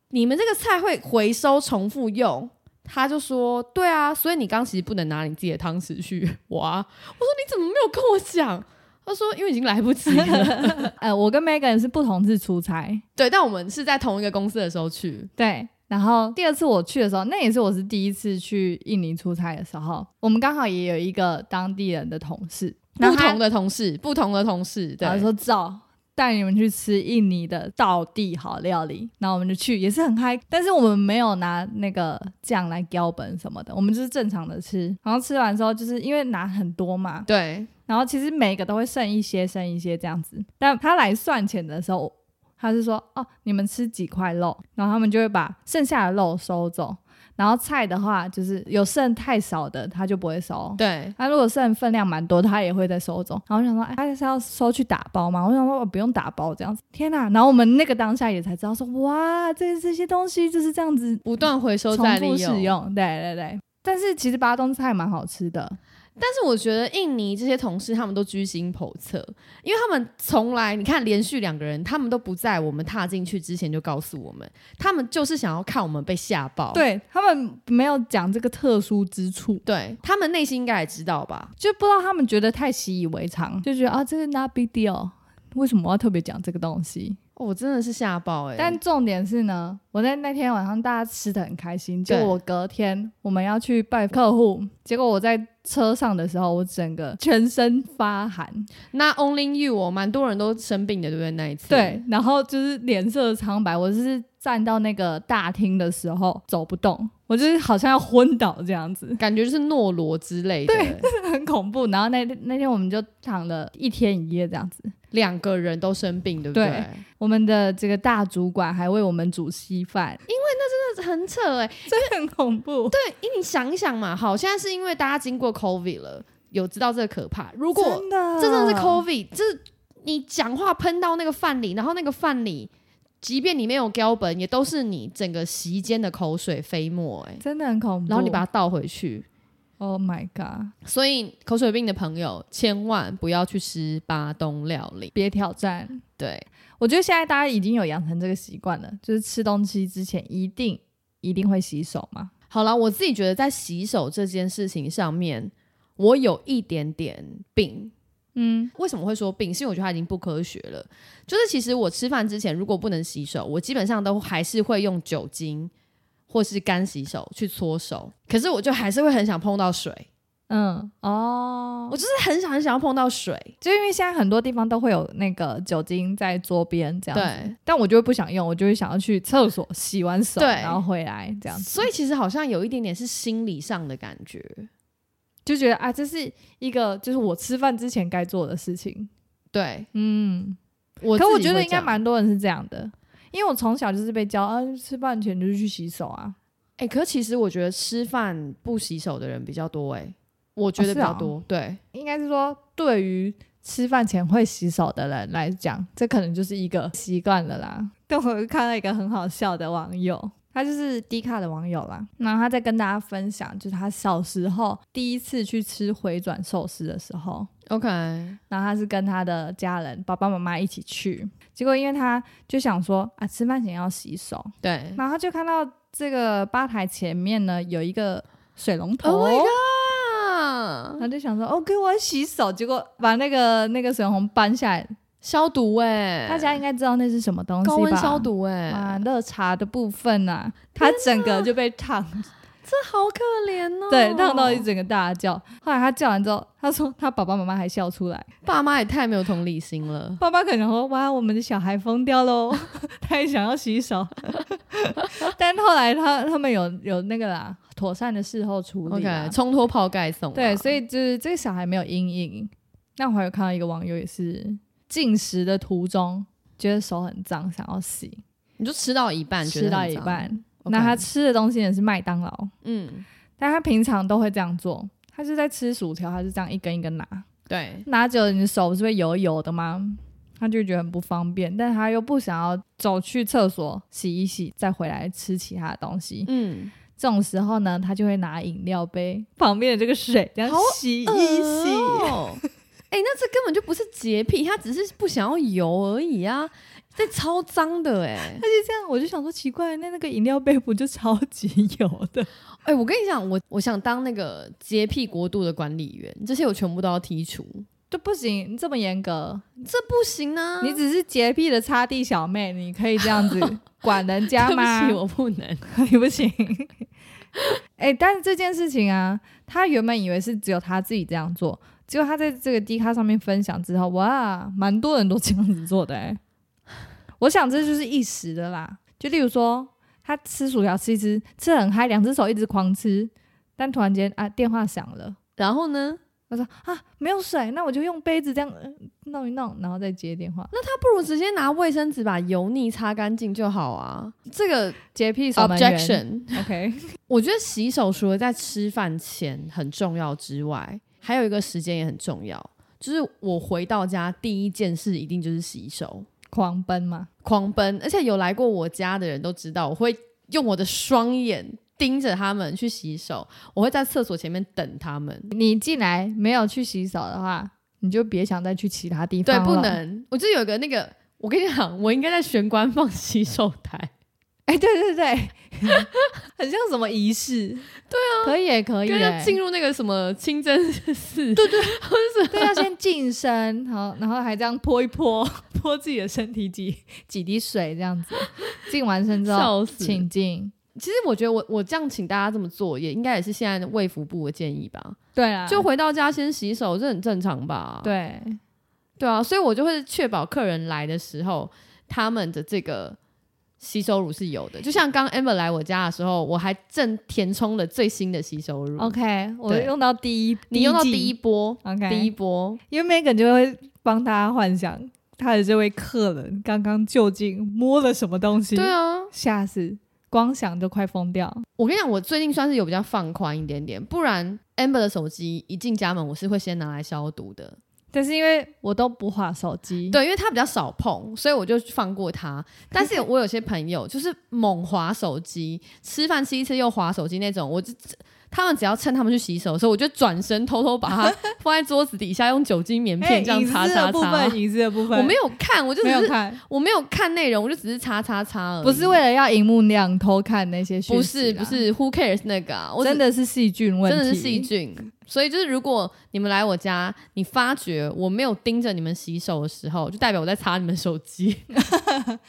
[SPEAKER 1] 你们这个菜会回收重复用？他就说对啊，所以你刚其实不能拿你自己的汤匙去 [LAUGHS] 挖。我说你怎么没有跟我讲？他说因为已经来不及
[SPEAKER 2] [LAUGHS]
[SPEAKER 1] 了。
[SPEAKER 2] 呃，我跟 Megan 是不同次出差，
[SPEAKER 1] 对，但我们是在同一个公司的时候去，
[SPEAKER 2] 对。然后第二次我去的时候，那也是我是第一次去印尼出差的时候，我们刚好也有一个当地人的同事，然
[SPEAKER 1] 不
[SPEAKER 2] 后他
[SPEAKER 1] 同的同事，不同的同事，对
[SPEAKER 2] 然后，说走，带你们去吃印尼的道地好料理。然后我们就去，也是很嗨，但是我们没有拿那个酱来标本什么的，我们就是正常的吃。然后吃完之后，就是因为拿很多嘛，
[SPEAKER 1] 对，
[SPEAKER 2] 然后其实每个都会剩一些，剩一些这样子。但他来算钱的时候，他是说哦，你们吃几块肉，然后他们就会把剩下的肉收走。然后菜的话，就是有剩太少的，他就不会收。
[SPEAKER 1] 对，
[SPEAKER 2] 他如果剩分量蛮多，他也会再收走。然后我想说，哎，他是要收去打包吗？我想说，我哦不用打包这样子。天哪！然后我们那个当下也才知道说，哇，这这些东西就是这样子
[SPEAKER 1] 不断回收再
[SPEAKER 2] 重
[SPEAKER 1] 利
[SPEAKER 2] 复使
[SPEAKER 1] 用。
[SPEAKER 2] 用。对对对。但是其实巴东菜蛮好吃的，
[SPEAKER 1] 但是我觉得印尼这些同事他们都居心叵测，因为他们从来你看连续两个人，他们都不在我们踏进去之前就告诉我们，他们就是想要看我们被吓爆。
[SPEAKER 2] 对他们没有讲这个特殊之处。
[SPEAKER 1] 对，他们内心应该也知道吧？
[SPEAKER 2] 就不知道他们觉得太习以为常，就觉得啊，这个 not big deal，为什么我要特别讲这个东西？
[SPEAKER 1] 哦我真的是吓爆哎、
[SPEAKER 2] 但重点是呢，我在那天晚上大家吃的很开心，就
[SPEAKER 1] 对
[SPEAKER 2] 我隔天我们要去拜客户，结果我在车上的时候，我整个全身发寒，
[SPEAKER 1] 那 Only You 哦，蛮多人都生病的，对不对？那一次，
[SPEAKER 2] 对，然后就是脸色苍白，我就是站到那个大厅的时候走不动，我就是好像要昏倒这样子。
[SPEAKER 1] 感觉就是诺罗之类的，
[SPEAKER 2] 对，很恐怖。然后那那天我们就躺了一天一夜这样子，
[SPEAKER 1] 两个人都生病，对不
[SPEAKER 2] 对我们的这个大主管还为我们煮稀饭，
[SPEAKER 1] 那很扯哎、
[SPEAKER 2] 很恐怖。对，
[SPEAKER 1] 因为你想一想嘛，好，现在是因为大家经过 COVID 了，有知道这个可怕。如果
[SPEAKER 2] 的
[SPEAKER 1] 这真
[SPEAKER 2] 嗯
[SPEAKER 1] 的是 COVID，这你讲话喷到那个饭里，然后那个饭里，即便你没有标本，也都是你整个席间的口水飞沫、欸，
[SPEAKER 2] 真的很恐怖。
[SPEAKER 1] 然后你把它倒回去。
[SPEAKER 2] ，Oh my god，
[SPEAKER 1] 所以口水病的朋友千万不要去吃巴东料理。
[SPEAKER 2] 别挑战。
[SPEAKER 1] 对，
[SPEAKER 2] 我觉得现在大家已经有养成这个习惯了，就是吃东西之前一定一定会洗手嘛。
[SPEAKER 1] 好了，我自己觉得在洗手这件事情上面，我有一点点病。
[SPEAKER 2] 嗯，
[SPEAKER 1] 为什么会说病？是因为我觉得它已经不科学了。就是其实我吃饭之前如果不能洗手，我基本上都还是会用酒精或是干洗手去搓手，可是我就还是会很想碰到水，
[SPEAKER 2] 嗯，哦
[SPEAKER 1] 我，就是很想很想要碰到水。
[SPEAKER 2] 就因为现在很多地方都会有那个酒精在桌边这样子，
[SPEAKER 1] 对，
[SPEAKER 2] 但我就会不想用，我就会想要去厕所洗完手，
[SPEAKER 1] 对
[SPEAKER 2] 然后回来这样子，
[SPEAKER 1] 所以其实好像有一点点是心理上的感觉。
[SPEAKER 2] 就觉得啊，这是一个就是我吃饭之前该做的事情。
[SPEAKER 1] 对，
[SPEAKER 2] 嗯，
[SPEAKER 1] 我
[SPEAKER 2] 可
[SPEAKER 1] 自
[SPEAKER 2] 我
[SPEAKER 1] 己
[SPEAKER 2] 觉得
[SPEAKER 1] 会
[SPEAKER 2] 应
[SPEAKER 1] 这
[SPEAKER 2] 该
[SPEAKER 1] 样
[SPEAKER 2] 蛮多人是这样的，因为我从小就是被教，啊，吃饭前就是去洗手啊。
[SPEAKER 1] 哎、可其实我觉得吃饭不洗手的人比较多哎、我觉
[SPEAKER 2] 哦
[SPEAKER 1] 得
[SPEAKER 2] 是
[SPEAKER 1] 比较
[SPEAKER 2] 哦
[SPEAKER 1] 多，对
[SPEAKER 2] 应该是说，对于吃饭前会洗手的人来讲，这可能就是一个习惯了啦。但我又看到一个很好笑的网友，他就是低卡的网友啦，然后他在跟大家分享，就是他小时候第一次去吃回转寿司的时候，
[SPEAKER 1] ，OK，
[SPEAKER 2] 然后他是跟他的家人爸爸妈妈一起去，结果因为他就想说啊，吃饭前要洗手，
[SPEAKER 1] 对
[SPEAKER 2] 然后就看到这个吧台前面呢有一个水龙头。哦
[SPEAKER 1] Oh my
[SPEAKER 2] god！
[SPEAKER 1] 啊
[SPEAKER 2] 然，后就想说，OK，我要洗手，结果把那个那个水龙头搬下来。
[SPEAKER 1] 消毒哎、
[SPEAKER 2] 大家应该知道那是什么东西吧？
[SPEAKER 1] 高温消毒哎、
[SPEAKER 2] 啊，热茶的部分啊，他整个就被烫，
[SPEAKER 1] 这好可怜哦。
[SPEAKER 2] 对，烫到一整个大叫。后来他叫完之后，他说他爸爸妈妈还笑出来，
[SPEAKER 1] 爸妈也太没有同理心了。
[SPEAKER 2] 爸爸可能说：“哇，我们的小孩疯掉喽， [LAUGHS] 他也想要
[SPEAKER 1] [LAUGHS]
[SPEAKER 2] 洗手。”但后来他他们有有那个啦，妥善的事后处理啦
[SPEAKER 1] OK，冲脱泡盖送啊。
[SPEAKER 2] 对，所以就是这个小孩没有阴影。那我还有看到一个网友也是进食的途中，觉得手很脏，想要洗，
[SPEAKER 1] 你就吃到一半，觉
[SPEAKER 2] 吃
[SPEAKER 1] 得
[SPEAKER 2] 到
[SPEAKER 1] 很
[SPEAKER 2] 一
[SPEAKER 1] 脏，
[SPEAKER 2] 半，
[SPEAKER 1] OK
[SPEAKER 2] 那他吃的东西也是麦当劳，
[SPEAKER 1] 嗯，
[SPEAKER 2] 但他平常都会这样做。他就在吃薯条，他就这样一根一根拿，
[SPEAKER 1] 对，
[SPEAKER 2] 拿久了你的手不是会油油的吗？他就觉得很不方便，但他又不想要走去厕所洗一洗，再回来吃其他的东西。
[SPEAKER 1] 嗯，
[SPEAKER 2] 这种时候呢，他就会拿饮料杯旁边的这个水，这样
[SPEAKER 1] 好
[SPEAKER 2] 洗一
[SPEAKER 1] [LAUGHS]
[SPEAKER 2] 洗。
[SPEAKER 1] 哦。哎、那这根本就不是洁癖，他只是不想要油而已啊！这超脏的哎、
[SPEAKER 2] 他就这样，我就想说奇怪，那那个饮料杯不就超级油 [LAUGHS] 的？
[SPEAKER 1] 哎、我跟你讲，我我想当那个洁癖国度的管理员，这些我全部都要剔除，
[SPEAKER 2] 就不行，这么严格，
[SPEAKER 1] 这不行啊！
[SPEAKER 2] 你只是洁癖的擦地小妹，你可以这样 [LAUGHS] 子管人家
[SPEAKER 1] 对不
[SPEAKER 2] 吗？
[SPEAKER 1] 起，我不能。
[SPEAKER 2] [LAUGHS] 你不行。哎、但是这件事情啊，他原本以为是只有他自己这样做，结果他在这个 D 咖上面分享之后，哇，蛮多人都这样子做的 [LAUGHS] 哎、我想这就是一时的啦，就例如说他吃薯条吃一吃，吃得很嗨，两只手一直狂吃，但突然间啊电话响了，
[SPEAKER 1] 然后呢，
[SPEAKER 2] 他说啊没有水，那我就用杯子这样、呃弄一弄，然后再接电话。那
[SPEAKER 1] 他不如直接拿卫生纸把油腻擦干净就好啊。这个
[SPEAKER 2] 洁癖守门员
[SPEAKER 1] objection，
[SPEAKER 2] OK， [LAUGHS]
[SPEAKER 1] 我觉得洗手除了在吃饭前很重要之外，还有一个时间也很重要，就是我回到家第一件事一定就是洗手，
[SPEAKER 2] 狂奔嘛，
[SPEAKER 1] 狂奔。而且有来过我家的人都知道，我会用我的双眼盯着他们去洗手，我会在厕所前面等他们。
[SPEAKER 2] 你进来没有去洗手的话，你就别想再去其他地方
[SPEAKER 1] 对，
[SPEAKER 2] 了。
[SPEAKER 1] 不能。我就有个那个，我跟你讲，我应该在玄关放洗手台。
[SPEAKER 2] [LAUGHS] 哎，对对对， [LAUGHS]
[SPEAKER 1] 啊
[SPEAKER 2] 很像什么仪式。对啊，可以耶可以
[SPEAKER 1] 跟要
[SPEAKER 2] 耶，
[SPEAKER 1] 进入那个什么清真寺，对对，
[SPEAKER 2] 对，要先净身，好，然后还这样泼一泼， [LAUGHS] 泼自己的身体 [LAUGHS] 几几滴水这样
[SPEAKER 1] [LAUGHS]
[SPEAKER 2] 子。净完身之后，
[SPEAKER 1] [LAUGHS] 笑死。
[SPEAKER 2] 请进。
[SPEAKER 1] 其实我觉得我我这样请大家这么做，也应该也是现在的卫福部的建议吧。
[SPEAKER 2] 对啊
[SPEAKER 1] 就
[SPEAKER 2] 就
[SPEAKER 1] 回到家先洗手，这很正常吧？
[SPEAKER 2] 对，
[SPEAKER 1] 对啊，所以我就会确保客人来的时候，他们的这个洗手乳是有的。就像刚 Amber 来我家的时候，我还正填充了最新的洗手乳。
[SPEAKER 2] OK，我
[SPEAKER 1] 对
[SPEAKER 2] 用到哦第一，
[SPEAKER 1] 你用到第
[SPEAKER 2] 一
[SPEAKER 1] 一
[SPEAKER 2] 季
[SPEAKER 1] 波，
[SPEAKER 2] ，OK，
[SPEAKER 1] 第一波，
[SPEAKER 2] 因为 Megan 就会帮他幻想他的这位客人刚刚究竟摸了什么东西，
[SPEAKER 1] 对啊，
[SPEAKER 2] 吓死，光想就快疯掉。
[SPEAKER 1] 我跟你讲，我最近算是有比较放宽一点点，不然 Amber 的手机一进家门，我是会先拿来消毒的。
[SPEAKER 2] 但是因为我都不划手机，
[SPEAKER 1] 对，因为他比较少碰，所以我就放过他。但是我有 [LAUGHS] 些朋友就是猛划手机，吃饭吃一次又划手机那种，我就他们只要趁他们去洗手的时候，我就转身偷偷把
[SPEAKER 2] [LAUGHS]
[SPEAKER 1] 它放在桌子底下，用酒精棉
[SPEAKER 2] 哎，
[SPEAKER 1] 片这样擦
[SPEAKER 2] 隐私的
[SPEAKER 1] 擦
[SPEAKER 2] 部
[SPEAKER 1] 擦。
[SPEAKER 2] 分，隐私的部分，
[SPEAKER 1] 我没有看，我就只
[SPEAKER 2] [LAUGHS] 没有
[SPEAKER 1] 是
[SPEAKER 2] 看，
[SPEAKER 1] 我没有看内容，我就只是擦擦擦而已。
[SPEAKER 2] 不是为了要荧幕量偷看那些讯
[SPEAKER 1] 不
[SPEAKER 2] 息
[SPEAKER 1] 是
[SPEAKER 2] 啦
[SPEAKER 1] 不，是，Who cares 那个啊？我只
[SPEAKER 2] 真的是细菌问
[SPEAKER 1] 真
[SPEAKER 2] 题，
[SPEAKER 1] 的是细。菌。所以就是，如果你们来我家，你发觉我没有盯着你们洗手的时候，就代表我在擦你们手机。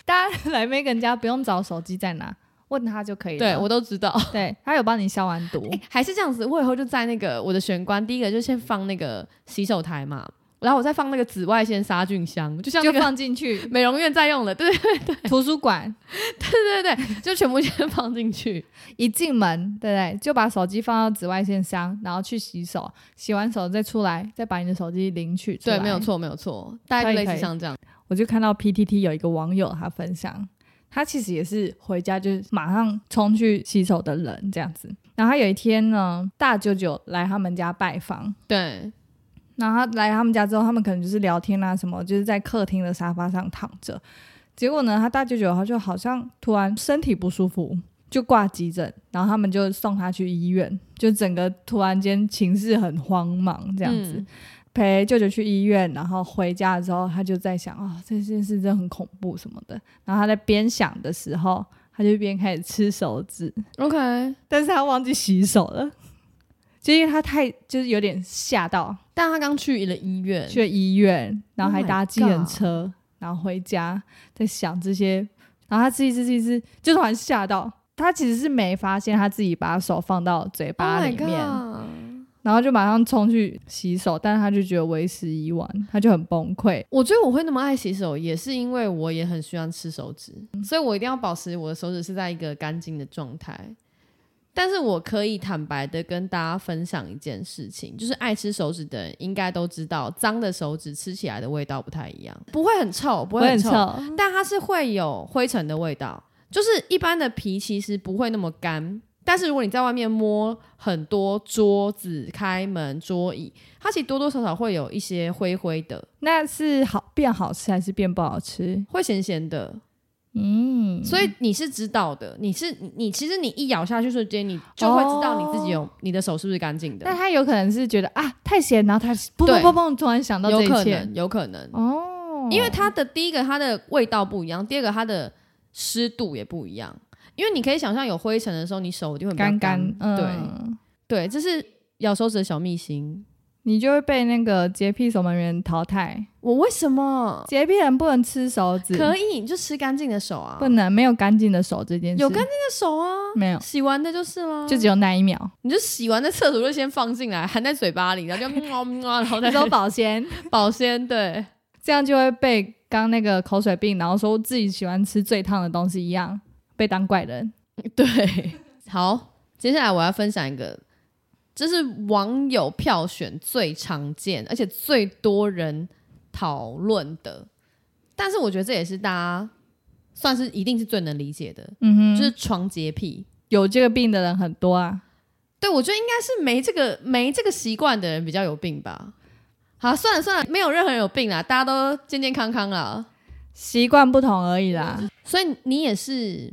[SPEAKER 2] 大家来 Megan 家不用找手机在哪，问他就可以了。
[SPEAKER 1] 对我都哎知道、
[SPEAKER 2] 对他有帮你消完毒，
[SPEAKER 1] 诶还是这样子。我以后就在那个我的玄关，第一个就先放那个洗手台嘛，然后我再放那个紫外线杀菌箱，就像那
[SPEAKER 2] 就
[SPEAKER 1] 个
[SPEAKER 2] 放进去
[SPEAKER 1] 美容院在用的，对对
[SPEAKER 2] 图书馆。
[SPEAKER 1] 对对对，就全部先放进去。
[SPEAKER 2] 一进门，对不对？就把手机放到紫外线箱，然后去洗手，洗完手再出来，再把你的手机领取出来。
[SPEAKER 1] 对，没有。错，没有错，大概
[SPEAKER 2] 可以
[SPEAKER 1] 就类
[SPEAKER 2] 可
[SPEAKER 1] 似
[SPEAKER 2] 以
[SPEAKER 1] 像这样。
[SPEAKER 2] 我就看到 PTT 有一个网友他分享，他其实也是回家就是马上冲去洗手的人这样子。然后他有一天呢，大舅舅来他们家拜访，
[SPEAKER 1] 对，
[SPEAKER 2] 然后他来他们家之后，他们可能就是聊天啊什么，就是在客厅的沙发上躺着。结果呢，他大舅舅他就好像突然身体不舒服，就挂急诊，然后他们就送他去医院，就整个突然间情势很慌忙这样子。
[SPEAKER 1] 嗯
[SPEAKER 2] 陪舅舅去医院，然后回家的时候，他就在想啊、这件事真的很恐怖什么的。然后他在边想的时候，他就边开始吃手指，
[SPEAKER 1] OK，
[SPEAKER 2] 但是他忘记洗手了，就因为他太就是有点吓到，
[SPEAKER 1] 但他刚去了医院，
[SPEAKER 2] 去了医院，然后还
[SPEAKER 1] Oh my
[SPEAKER 2] 搭计程车然后回家，在想这些，然后他自己自己自己就突然吓到，他其实是没发现他自己把手放到嘴
[SPEAKER 1] Oh
[SPEAKER 2] 巴
[SPEAKER 1] my
[SPEAKER 2] 里面
[SPEAKER 1] God
[SPEAKER 2] 然后就马上冲去洗手，但是他就觉得为时已晚，他就很崩溃。
[SPEAKER 1] 我觉得我会那么爱洗手，也是因为我也很喜欢吃手指，
[SPEAKER 2] 嗯
[SPEAKER 1] 所以我一定要保持我的手指是在一个干净的状态。但是我可以坦白的跟大家分享一件事情，就是爱吃手指的人应该都知道，脏的手指吃起来的味道不太一样，不会很臭，不
[SPEAKER 2] 我
[SPEAKER 1] 会
[SPEAKER 2] 很
[SPEAKER 1] 臭，但它是会有灰尘的味道。就是一般的皮其实不会那么干，但是如果你在外面摸很多桌子、开门、桌椅，它其实多多少少会有一些灰灰的。
[SPEAKER 2] 那是好变好吃还是变不好吃？
[SPEAKER 1] 会咸咸的，
[SPEAKER 2] 嗯，
[SPEAKER 1] 所以你是知道的。你是你你，其实你一咬下去瞬间，你就会知道你自己有、你的手是不是干净的
[SPEAKER 2] 哦但。他有可能是觉得啊太咸，然后他砰
[SPEAKER 1] [LAUGHS]
[SPEAKER 2] 砰
[SPEAKER 1] 对
[SPEAKER 2] 砰砰突然想到这
[SPEAKER 1] 有
[SPEAKER 2] 一
[SPEAKER 1] 可
[SPEAKER 2] 切
[SPEAKER 1] 能，有可能，
[SPEAKER 2] 哦，
[SPEAKER 1] 因为它的第一个它的味道不一样，第二个它的湿度也不一样。因为你可以想象有灰尘的时候，你手就会比较
[SPEAKER 2] 干嗯
[SPEAKER 1] 干
[SPEAKER 2] 干，
[SPEAKER 1] 对
[SPEAKER 2] 嗯
[SPEAKER 1] 对，这是咬手指的小秘辛。
[SPEAKER 2] 你就会被那个洁癖守门员淘汰。
[SPEAKER 1] 我为什么
[SPEAKER 2] 洁癖人不能吃手指，
[SPEAKER 1] 可以？你就吃干净的手啊，
[SPEAKER 2] 不能没有干净的手这件事，
[SPEAKER 1] 有干净的手啊，
[SPEAKER 2] 没有，
[SPEAKER 1] 洗完的就是啦，
[SPEAKER 2] 就只有那一秒。
[SPEAKER 1] 你就洗完在厕所就先放进来，含在嘴巴里，然后就喵喵，然后再
[SPEAKER 2] 那时候保鲜，
[SPEAKER 1] [LAUGHS] 保鲜。对，
[SPEAKER 2] 这样就会被刚刚那个口水病，然后说自己喜欢吃最烫的东西一样，被当怪人。
[SPEAKER 1] 对，好，接下来我要分享一个，这是网友票选最常见，而且最多人讨论的，但是我觉得这也是大家算是一定是最能理解的，
[SPEAKER 2] 嗯哼，
[SPEAKER 1] 就是床洁癖。
[SPEAKER 2] 有这个病的人很多啊。
[SPEAKER 1] 对，我觉得应该是没这个没这个习惯的人比较有病吧。好，算了算了，没有任何人有病啦，大家都健健康康啦。
[SPEAKER 2] 习惯不同而已啦。
[SPEAKER 1] 所以你也是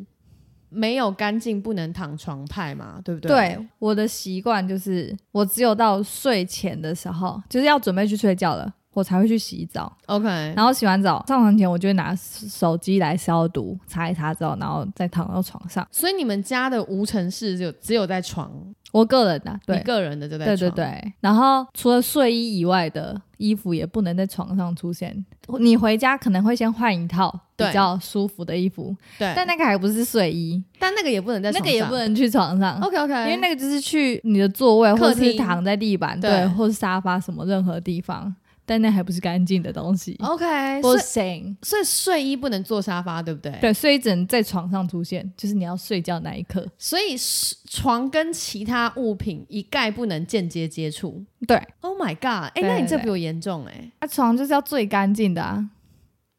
[SPEAKER 1] 没有干净不能躺床派嘛，对不对？
[SPEAKER 2] 对，我的习惯就是，我只有到睡前的时候，就是要准备去睡觉了，我才会去洗澡。
[SPEAKER 1] ，OK，
[SPEAKER 2] 然后洗完澡上床前，我就会拿手机来消毒，擦一擦之后，然后再躺到床上。
[SPEAKER 1] 所以你们家的无尘室就只有在床，
[SPEAKER 2] 我个人的、啊，
[SPEAKER 1] 一
[SPEAKER 2] 对。
[SPEAKER 1] 个人的就在
[SPEAKER 2] 对
[SPEAKER 1] 床。
[SPEAKER 2] 对对，然后除了睡衣以外的衣服也不能在床上出现。你回家可能会先换一套比
[SPEAKER 1] 对
[SPEAKER 2] 较舒服的衣服，
[SPEAKER 1] 对
[SPEAKER 2] 但那个还不是睡衣，
[SPEAKER 1] 但那个也不能在
[SPEAKER 2] 那
[SPEAKER 1] 床
[SPEAKER 2] 个
[SPEAKER 1] 上，
[SPEAKER 2] 也不能去床上。
[SPEAKER 1] OK OK，
[SPEAKER 2] 因为那个就是去你的座位，或
[SPEAKER 1] 客
[SPEAKER 2] 是
[SPEAKER 1] 厅
[SPEAKER 2] 躺在地板，
[SPEAKER 1] 对
[SPEAKER 2] 对，或是沙发什么任何地方，但那还不是干净的东西，
[SPEAKER 1] OK，所
[SPEAKER 2] 不
[SPEAKER 1] 以
[SPEAKER 2] 行。
[SPEAKER 1] 所以睡衣不能坐沙发，对不对？。
[SPEAKER 2] 对，所以只能在床上出现，就是你要睡觉那一刻。
[SPEAKER 1] 所以是床跟其他物品一概不能间接接触。
[SPEAKER 2] 对，
[SPEAKER 1] Oh my god！哎、
[SPEAKER 2] 对
[SPEAKER 1] 那你这
[SPEAKER 2] 对
[SPEAKER 1] 比我严重哎、
[SPEAKER 2] 啊，床就是要最干净的啊。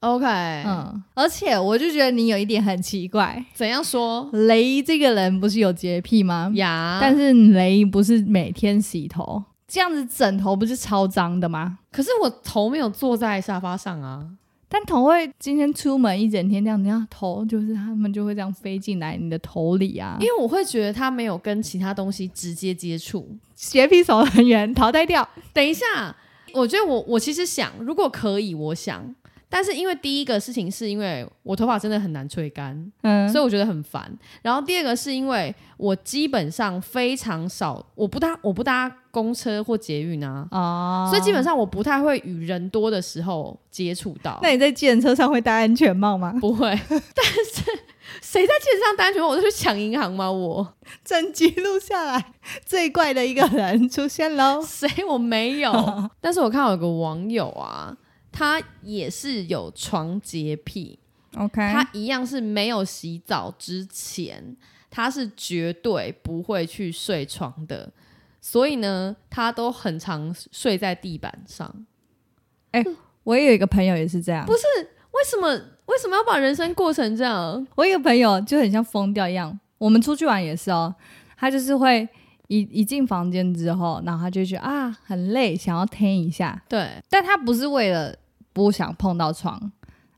[SPEAKER 1] OK，、
[SPEAKER 2] 嗯，而且我就觉得你有一点很奇怪，
[SPEAKER 1] 怎样说
[SPEAKER 2] 雷这个人不是有洁癖吗？
[SPEAKER 1] 呀？
[SPEAKER 2] 嗯但是雷不是每天洗头，这样子枕头不是超脏的吗？
[SPEAKER 1] 可是我头没有坐在沙发上啊。
[SPEAKER 2] 但头会今天出门一整天这样，你看头就是他们就会这样飞进来你的头里啊
[SPEAKER 1] 因。为我会觉得它没有跟其他东西直接接触。
[SPEAKER 2] 洁癖守门员淘汰掉，
[SPEAKER 1] 等一下，我觉得我我其实想，如果可以，我想，但是因为第一个事情是因为我头发真的很难吹干，
[SPEAKER 2] 嗯，
[SPEAKER 1] 所以我觉得很烦。然后第二个是因为我基本上非常少，我不搭我不搭公车或捷运啊，
[SPEAKER 2] 哦，
[SPEAKER 1] 所以基本上我不太会与人多的时候接触到。
[SPEAKER 2] 那你在计程车上会戴安全帽吗？
[SPEAKER 1] 不会， [LAUGHS] 但是谁在街上单全我都去抢银行吗？我
[SPEAKER 2] [LAUGHS] 整集录下来，最怪的一个人出现
[SPEAKER 1] [LAUGHS]
[SPEAKER 2] 喽。
[SPEAKER 1] 谁我没
[SPEAKER 2] [LAUGHS]
[SPEAKER 1] 有。但是我看到有个网友啊，他也是有床洁癖，
[SPEAKER 2] OK，
[SPEAKER 1] 他一样是没有洗澡之前，他是绝对不会去睡床的。所以呢，他都很常睡在地板上。
[SPEAKER 2] 我也有一个朋友也是这样，
[SPEAKER 1] 不是为什么？为什么要把人生过成这样？
[SPEAKER 2] 我有一个朋友就很像疯掉一样，我们出去玩也是哦，他就是会一一进房间之后，然后他就觉得啊很累，想要听一下，
[SPEAKER 1] 对，
[SPEAKER 2] 但他不是为了不想碰到床，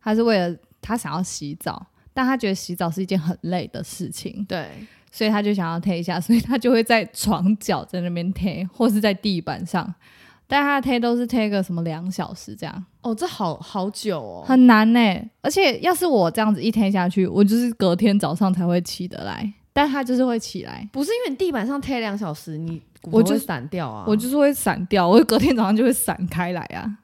[SPEAKER 2] 他是为了他想要洗澡，但他觉得洗澡是一件很累的事情，
[SPEAKER 1] 对，
[SPEAKER 2] 所以他就想要贴一下，所以他就会在床角在那边贴，或是在地板上。但他的贴都是贴个什么两小时这样，
[SPEAKER 1] 哦，这好好久哦。
[SPEAKER 2] 很难呢、而且要是我这样子一贴下去，我就是隔天早上才会起得来，但他就是会起来，
[SPEAKER 1] 不是因为你地板上贴两小时，你
[SPEAKER 2] 我
[SPEAKER 1] 骨头
[SPEAKER 2] 就
[SPEAKER 1] 会散掉啊。
[SPEAKER 2] 我就是会散掉，我隔天早上就会散开来啊。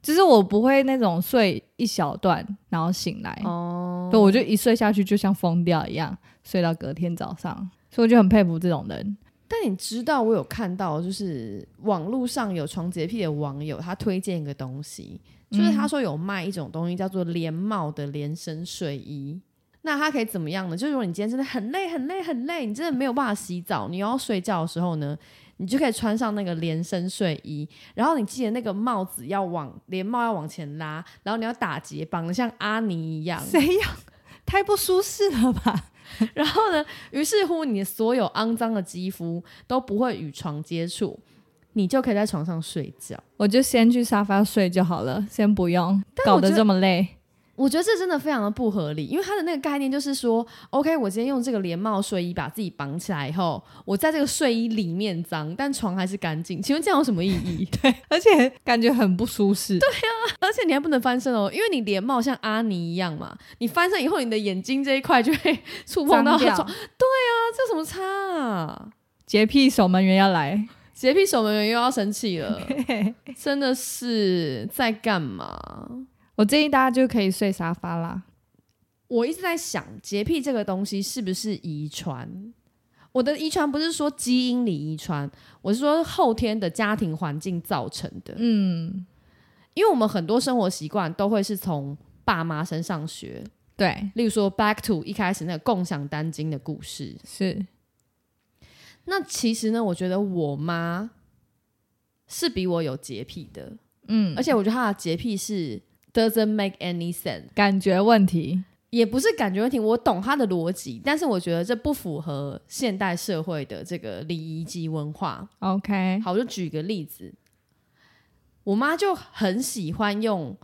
[SPEAKER 2] 就是我不会那种睡一小段然后醒来，
[SPEAKER 1] 哦，
[SPEAKER 2] 对，我就一睡下去就像疯掉一样，睡到隔天早上，所以我就很佩服这种人。
[SPEAKER 1] 但你知道我有看到，就是网络上有床洁癖的网友，他推荐一个东西，就是他说有卖一种东西叫做连帽的连身睡衣。那它可以怎么样呢？就是如果你今天真的很累、很累、很累，你真的没有办法洗澡，你要睡觉的时候呢，你就可以穿上那个连身睡衣，然后你记得那个帽子要往连帽要往前拉，然后你要打结，绑得像阿尼一样。
[SPEAKER 2] 谁要？ [LAUGHS] 太不舒适了吧？
[SPEAKER 1] 然后呢，于是乎你的所有肮脏的肌肤都不会与床接触，你就可以在床上睡觉。
[SPEAKER 2] 我就先去沙发睡就好了，先不用
[SPEAKER 1] 但
[SPEAKER 2] 搞
[SPEAKER 1] 我
[SPEAKER 2] 得
[SPEAKER 1] 觉得
[SPEAKER 2] 这么累。
[SPEAKER 1] 我觉得这真的非常的不合理，因为它的那个概念就是说，OK，我今天用这个连帽睡衣把自己绑起来以后，我在这个睡衣里面脏，但床还是干净。请问这样有什么意义？ [LAUGHS]
[SPEAKER 2] 而且感觉很不舒适。对，
[SPEAKER 1] 而且你还不能翻身哦，因为你连帽像阿尼一样嘛，你翻身以后，你的眼睛这一块就会触碰到
[SPEAKER 2] 脏掉
[SPEAKER 1] 床，这有什么差啊？
[SPEAKER 2] 洁癖守门员要来，
[SPEAKER 1] 洁癖守门员又要生气了，真的是在干嘛？
[SPEAKER 2] 我建议大家就可以睡沙发啦。
[SPEAKER 1] 我一直在想，洁癖这个东西是不是遗传？我的遗传不是说基因里遗传，我是说后天的家庭环境造成的。
[SPEAKER 2] 嗯，
[SPEAKER 1] 因为我们很多生活习惯都会是从爸妈身上学，
[SPEAKER 2] 对，
[SPEAKER 1] 例如说 back to 一开始那个共享单晶的故事。
[SPEAKER 2] 是
[SPEAKER 1] 那其实呢，我觉得我妈是比我有洁癖的，
[SPEAKER 2] 嗯
[SPEAKER 1] 而且我觉得她的洁癖是 doesn't make any sense，
[SPEAKER 2] 感觉问题。
[SPEAKER 1] 也不是感觉问题，我懂她的逻辑，但是我觉得这不符合现代社会的这个礼仪及文化。
[SPEAKER 2] OK，
[SPEAKER 1] 好，我就举个例子，我妈就很喜欢用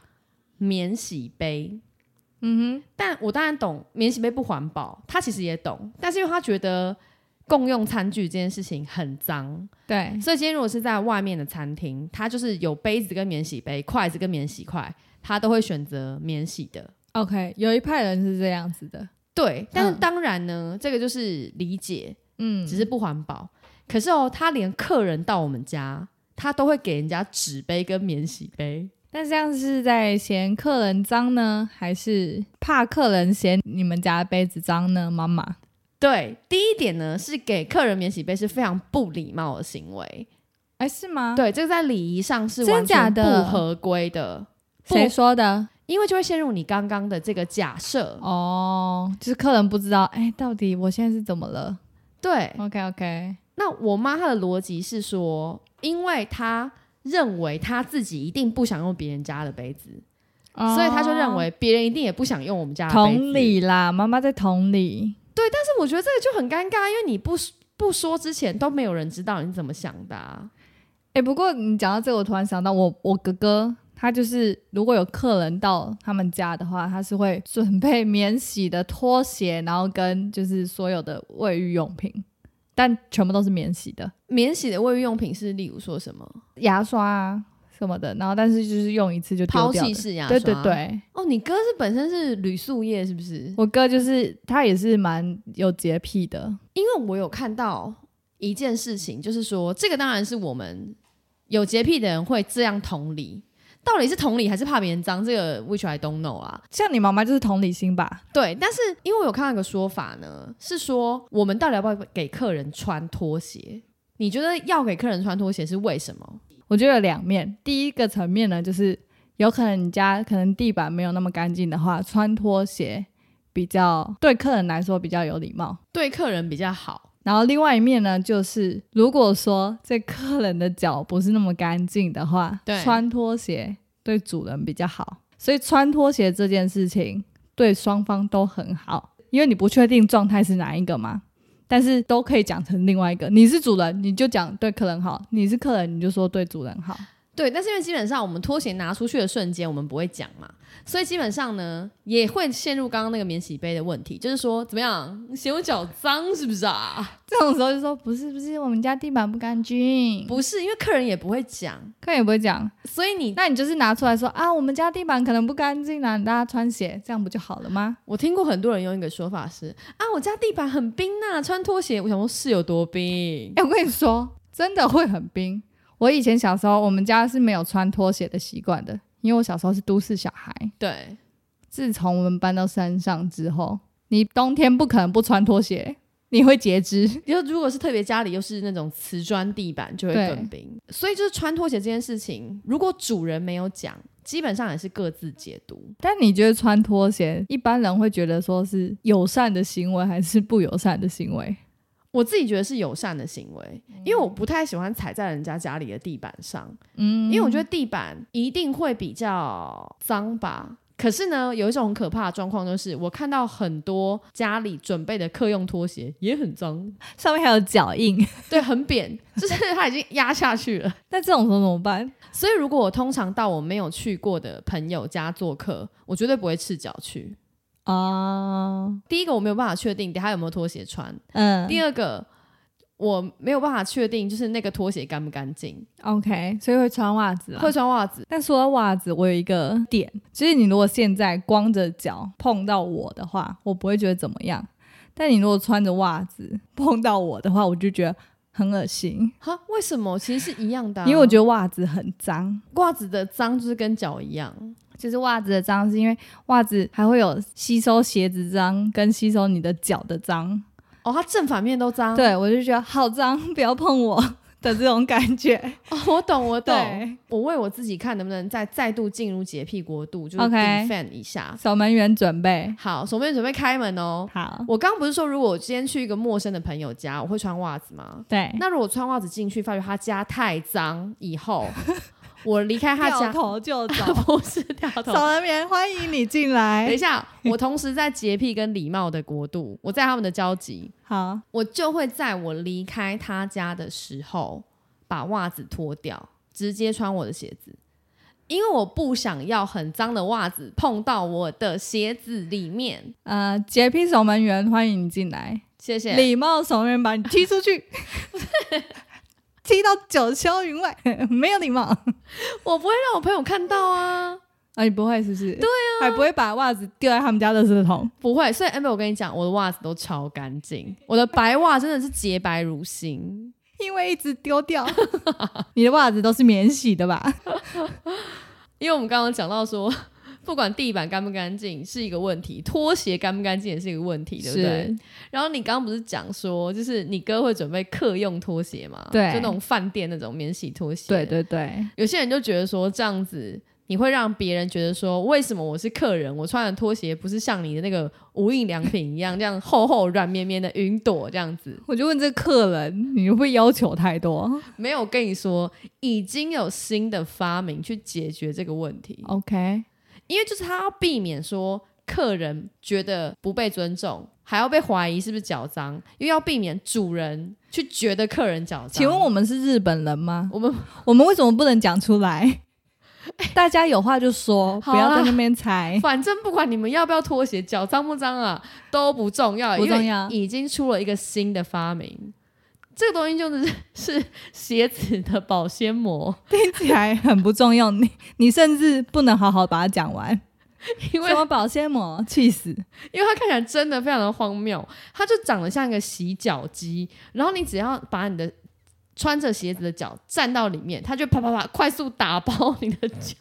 [SPEAKER 1] 免洗杯，
[SPEAKER 2] 嗯
[SPEAKER 1] 但我当然懂免洗杯不环保，她其实也懂，但是因为她觉得共用餐具这件事情很脏，
[SPEAKER 2] 哼，对，
[SPEAKER 1] 所以今天如果是在外面的餐厅，它就是有杯子跟免洗杯，筷子跟免洗筷，她都会选择免洗的。
[SPEAKER 2] OK，有一派人是这样子的，
[SPEAKER 1] 对，但是
[SPEAKER 2] 嗯
[SPEAKER 1] 当然呢，这个就是理解，
[SPEAKER 2] 嗯
[SPEAKER 1] 只是不环保。可是哦，她连客人到我们家，她都会给人家纸杯跟免洗杯。
[SPEAKER 2] 那这样是在嫌客人脏呢，还是怕客人嫌你们家的杯子脏呢？妈妈，
[SPEAKER 1] 对，第一点呢是给客人免洗杯是非常不礼貌的行为，
[SPEAKER 2] 哎、是吗？，
[SPEAKER 1] 对，这个在礼仪上是
[SPEAKER 2] 真
[SPEAKER 1] 完
[SPEAKER 2] 假
[SPEAKER 1] 全
[SPEAKER 2] 的
[SPEAKER 1] 不合规的，不
[SPEAKER 2] 谁说的？
[SPEAKER 1] 因为就会陷入你刚刚的这个假设，
[SPEAKER 2] 哦，就是客人不知道，哎、到底我现在是怎么了
[SPEAKER 1] 对，
[SPEAKER 2] ？OK OK，
[SPEAKER 1] 那我妈她的逻辑是说，因为她认为她自己一定不想用别人家的杯子，所以她就认为别人一定也不想用我们家的杯子。
[SPEAKER 2] 哦同，理啦，妈妈在同理，
[SPEAKER 1] 但是我觉得这个就很尴尬，因为你不不说之前都没有人知道你怎么想的、啊。
[SPEAKER 2] 哎、不过你讲到这个，我突然想到我，我哥哥他就是如果有客人到他们家的话，他是会准备 [LAUGHS] 免洗的拖鞋，然后跟就是所有的卫浴用品，但全部都是免洗的，
[SPEAKER 1] 免洗的卫浴用品是例如说什么
[SPEAKER 2] 牙刷啊什么的，然后但是就是用一次就丢
[SPEAKER 1] 抛
[SPEAKER 2] 掉
[SPEAKER 1] 弃
[SPEAKER 2] 的。
[SPEAKER 1] 式牙刷，
[SPEAKER 2] 对对。对，
[SPEAKER 1] 哦，你哥是本身是铝塑业是不是？
[SPEAKER 2] 我哥就是他也是蛮有洁癖的，
[SPEAKER 1] 因为我有看到一件事情，就是说这个当然是我们有洁癖的人会这样同理，到底是同理还是怕别人脏，这个 which I don't know 啊。
[SPEAKER 2] 像你妈妈就是同理心吧？
[SPEAKER 1] 对，但是因为我有看到一个说法呢，是说我们到底要不要给客人穿拖鞋？你觉得要给客人穿拖鞋是为什么？
[SPEAKER 2] 我觉得有两面，第一个层面呢，就是有可能你家可能地板没有那么干净的话，穿拖鞋比较对客人来说比较有礼貌。
[SPEAKER 1] 对客人比较好，
[SPEAKER 2] 然后另外一面呢，就是如果说这客人的脚不是那么干净的话，
[SPEAKER 1] 对
[SPEAKER 2] 穿拖鞋对主人比较好。所以穿拖鞋这件事情对双方都很好，因为你不确定状态是哪一个嘛，但是都可以讲成另外一个。你是主人，你就讲对客人好；你是客人，你就说对主人好。
[SPEAKER 1] 对。但是因为基本上我们拖鞋拿出去的瞬间，我们不会讲嘛，所以基本上呢也会陷入刚刚那个免洗杯的问题，就是说怎么样 [LAUGHS] 嫌我脚脏是不是啊？
[SPEAKER 2] 这种时候就说不是不是，我们家地板不干净，
[SPEAKER 1] 不是，因为客人也不会讲，
[SPEAKER 2] 客人也不会讲。
[SPEAKER 1] 所以你
[SPEAKER 2] 那你就是拿出来说啊，我们家地板可能不干净啊，你大家穿鞋，这样不就好了吗？
[SPEAKER 1] 我听过很多人用一个说法是啊，我家地板很冰呐、穿拖鞋，我想说是有多冰
[SPEAKER 2] [LAUGHS] 哎、，我跟你说，真的会很冰。我以前小时候，我们家是没有穿拖鞋的习惯的，因为我小时候是都市小孩。
[SPEAKER 1] 对。
[SPEAKER 2] 自从我们搬到山上之后，你冬天不可能不穿拖鞋，你会截肢。 [LAUGHS]
[SPEAKER 1] 因为如果是特别家里又是那种瓷砖地板，就会更冰。所以就是穿拖鞋这件事情，如果主人没有讲，基本上也是各自解读。
[SPEAKER 2] 但你觉得穿拖鞋，一般人会觉得说是友善的行为还是不友善的行为？
[SPEAKER 1] 我自己觉得是友善的行为，因为我不太喜欢踩在人家家里的地板上，
[SPEAKER 2] 嗯
[SPEAKER 1] 因为我觉得地板一定会比较脏吧。可是呢，有一种很可怕的状况，就是我看到很多家里准备的客用拖鞋也很脏，
[SPEAKER 2] 上面还有脚印。
[SPEAKER 1] 对，很扁，就是 [LAUGHS] 它已经压下去了。
[SPEAKER 2] 那这种时候怎么办？
[SPEAKER 1] 所以，如果我通常到我没有去过的朋友家做客，我绝对不会赤脚去。
[SPEAKER 2] 啊，
[SPEAKER 1] 第一个，我没有办法确定他有没有拖鞋穿；
[SPEAKER 2] 嗯
[SPEAKER 1] 第二个，我没有办法确定就是那个拖鞋干不干净，
[SPEAKER 2] ，OK，所以会穿袜子啦
[SPEAKER 1] 会。穿袜子。
[SPEAKER 2] 但说到袜子，我有一个点，就是你如果现在光着脚碰到我的话，我不会觉得怎么样；但你如果穿着袜子碰到我的话，我就觉得很恶心，
[SPEAKER 1] 哈，为什么？其实是一样的啊、
[SPEAKER 2] 因为我觉得袜子很脏。
[SPEAKER 1] 袜子的脏就是跟脚一样，
[SPEAKER 2] 就是袜子的脏，是因为袜子还会有吸收鞋子脏跟吸收你的脚的脏。
[SPEAKER 1] 哦，它正反面都脏。
[SPEAKER 2] 对我就觉得好脏， [LAUGHS] 不要碰我的这种感 [LAUGHS] 觉。
[SPEAKER 1] 哦，我懂，我懂。
[SPEAKER 2] 对，
[SPEAKER 1] 我为我自己看能不能再再度进入洁癖国度，就是
[SPEAKER 2] OK
[SPEAKER 1] defend 一下。
[SPEAKER 2] 守门员准备
[SPEAKER 1] 好，守门员准备开门哦。
[SPEAKER 2] 好，
[SPEAKER 1] 我刚刚不是说，如果我今天去一个陌生的朋友家，我会穿袜子吗？
[SPEAKER 2] 对，
[SPEAKER 1] 那如果穿袜子进去，发觉他家太脏，以 [LAUGHS] 后我离开他
[SPEAKER 2] 掉
[SPEAKER 1] 家，
[SPEAKER 2] 头 [LAUGHS] 就走。
[SPEAKER 1] [LAUGHS] 不是掉头
[SPEAKER 2] 守。门员，欢迎你进
[SPEAKER 1] 等一
[SPEAKER 2] [LAUGHS] 来。
[SPEAKER 1] 下，我同时在洁癖跟礼貌的国度，我在他们的交集，
[SPEAKER 2] 好，
[SPEAKER 1] 我就会在我离开他家的时候把袜子脱掉，直接穿我的鞋子，因为我不想要很脏的袜子碰到我的鞋子里面。
[SPEAKER 2] 呃，洁癖守门员，欢迎你进来。
[SPEAKER 1] 谢谢。
[SPEAKER 2] 礼貌守门员把你踢出 [LAUGHS] 去，踢到九霄云外，没有礼貌。
[SPEAKER 1] 我不会让我朋友看到啊，
[SPEAKER 2] 啊啊，你不会是不是？对啊，还不会把袜子丢在他们家垃圾桶。
[SPEAKER 1] 不会。所以 Amber，我跟你讲，我的袜子都超干净，我的白袜真的是洁白如新。
[SPEAKER 2] 因为一直丢 [LAUGHS] 掉。你的袜子都是免洗的吧？
[SPEAKER 1] 因为我们刚刚讲到说，不管地板干不干净是一个问题，拖鞋干不干净也是一个问题，对不对？然后你刚刚不是讲说，就是你哥会准备客用拖鞋嘛？
[SPEAKER 2] 对
[SPEAKER 1] 就那种饭店那种免洗拖鞋。
[SPEAKER 2] 对，对对，
[SPEAKER 1] 有些人就觉得说这样子。你会让别人觉得说，为什么我是客人，我穿的拖鞋不是像你的那个无印良品一样，这样厚厚软绵绵的云朵这样子？
[SPEAKER 2] 我就问这客人，你会不会要求太多
[SPEAKER 1] 没有我跟你说，已经有新的发明去解决这个问题。
[SPEAKER 2] 哦？OK，
[SPEAKER 1] 因为就是他要避免说客人觉得不被尊重，还要被怀疑是不是脚脏，又要避免主人去觉得客人脚脏。
[SPEAKER 2] 请问我们是日本人吗？
[SPEAKER 1] 我们
[SPEAKER 2] 我们为什么不能讲出来？
[SPEAKER 1] [LAUGHS]
[SPEAKER 2] 大家有话就说，
[SPEAKER 1] 好
[SPEAKER 2] 不
[SPEAKER 1] 啊
[SPEAKER 2] 要在那边猜。
[SPEAKER 1] 反正不管你们要不要拖鞋，脚脏不脏啊都不重要，
[SPEAKER 2] 不
[SPEAKER 1] 啊因为
[SPEAKER 2] 重要啊
[SPEAKER 1] 已经出了一个新的发明。这个东西就是是鞋子的保鲜膜，
[SPEAKER 2] [LAUGHS] 听起来很不重要，你你甚至不能好好把它讲完。
[SPEAKER 1] 因为
[SPEAKER 2] 什么保鲜膜？气死！
[SPEAKER 1] 因为它看起来真的非常的荒谬，它就长得像一个洗脚机，然后你只要把你的穿着鞋子的脚站到里面，它就啪啪啪快速打包你的脚。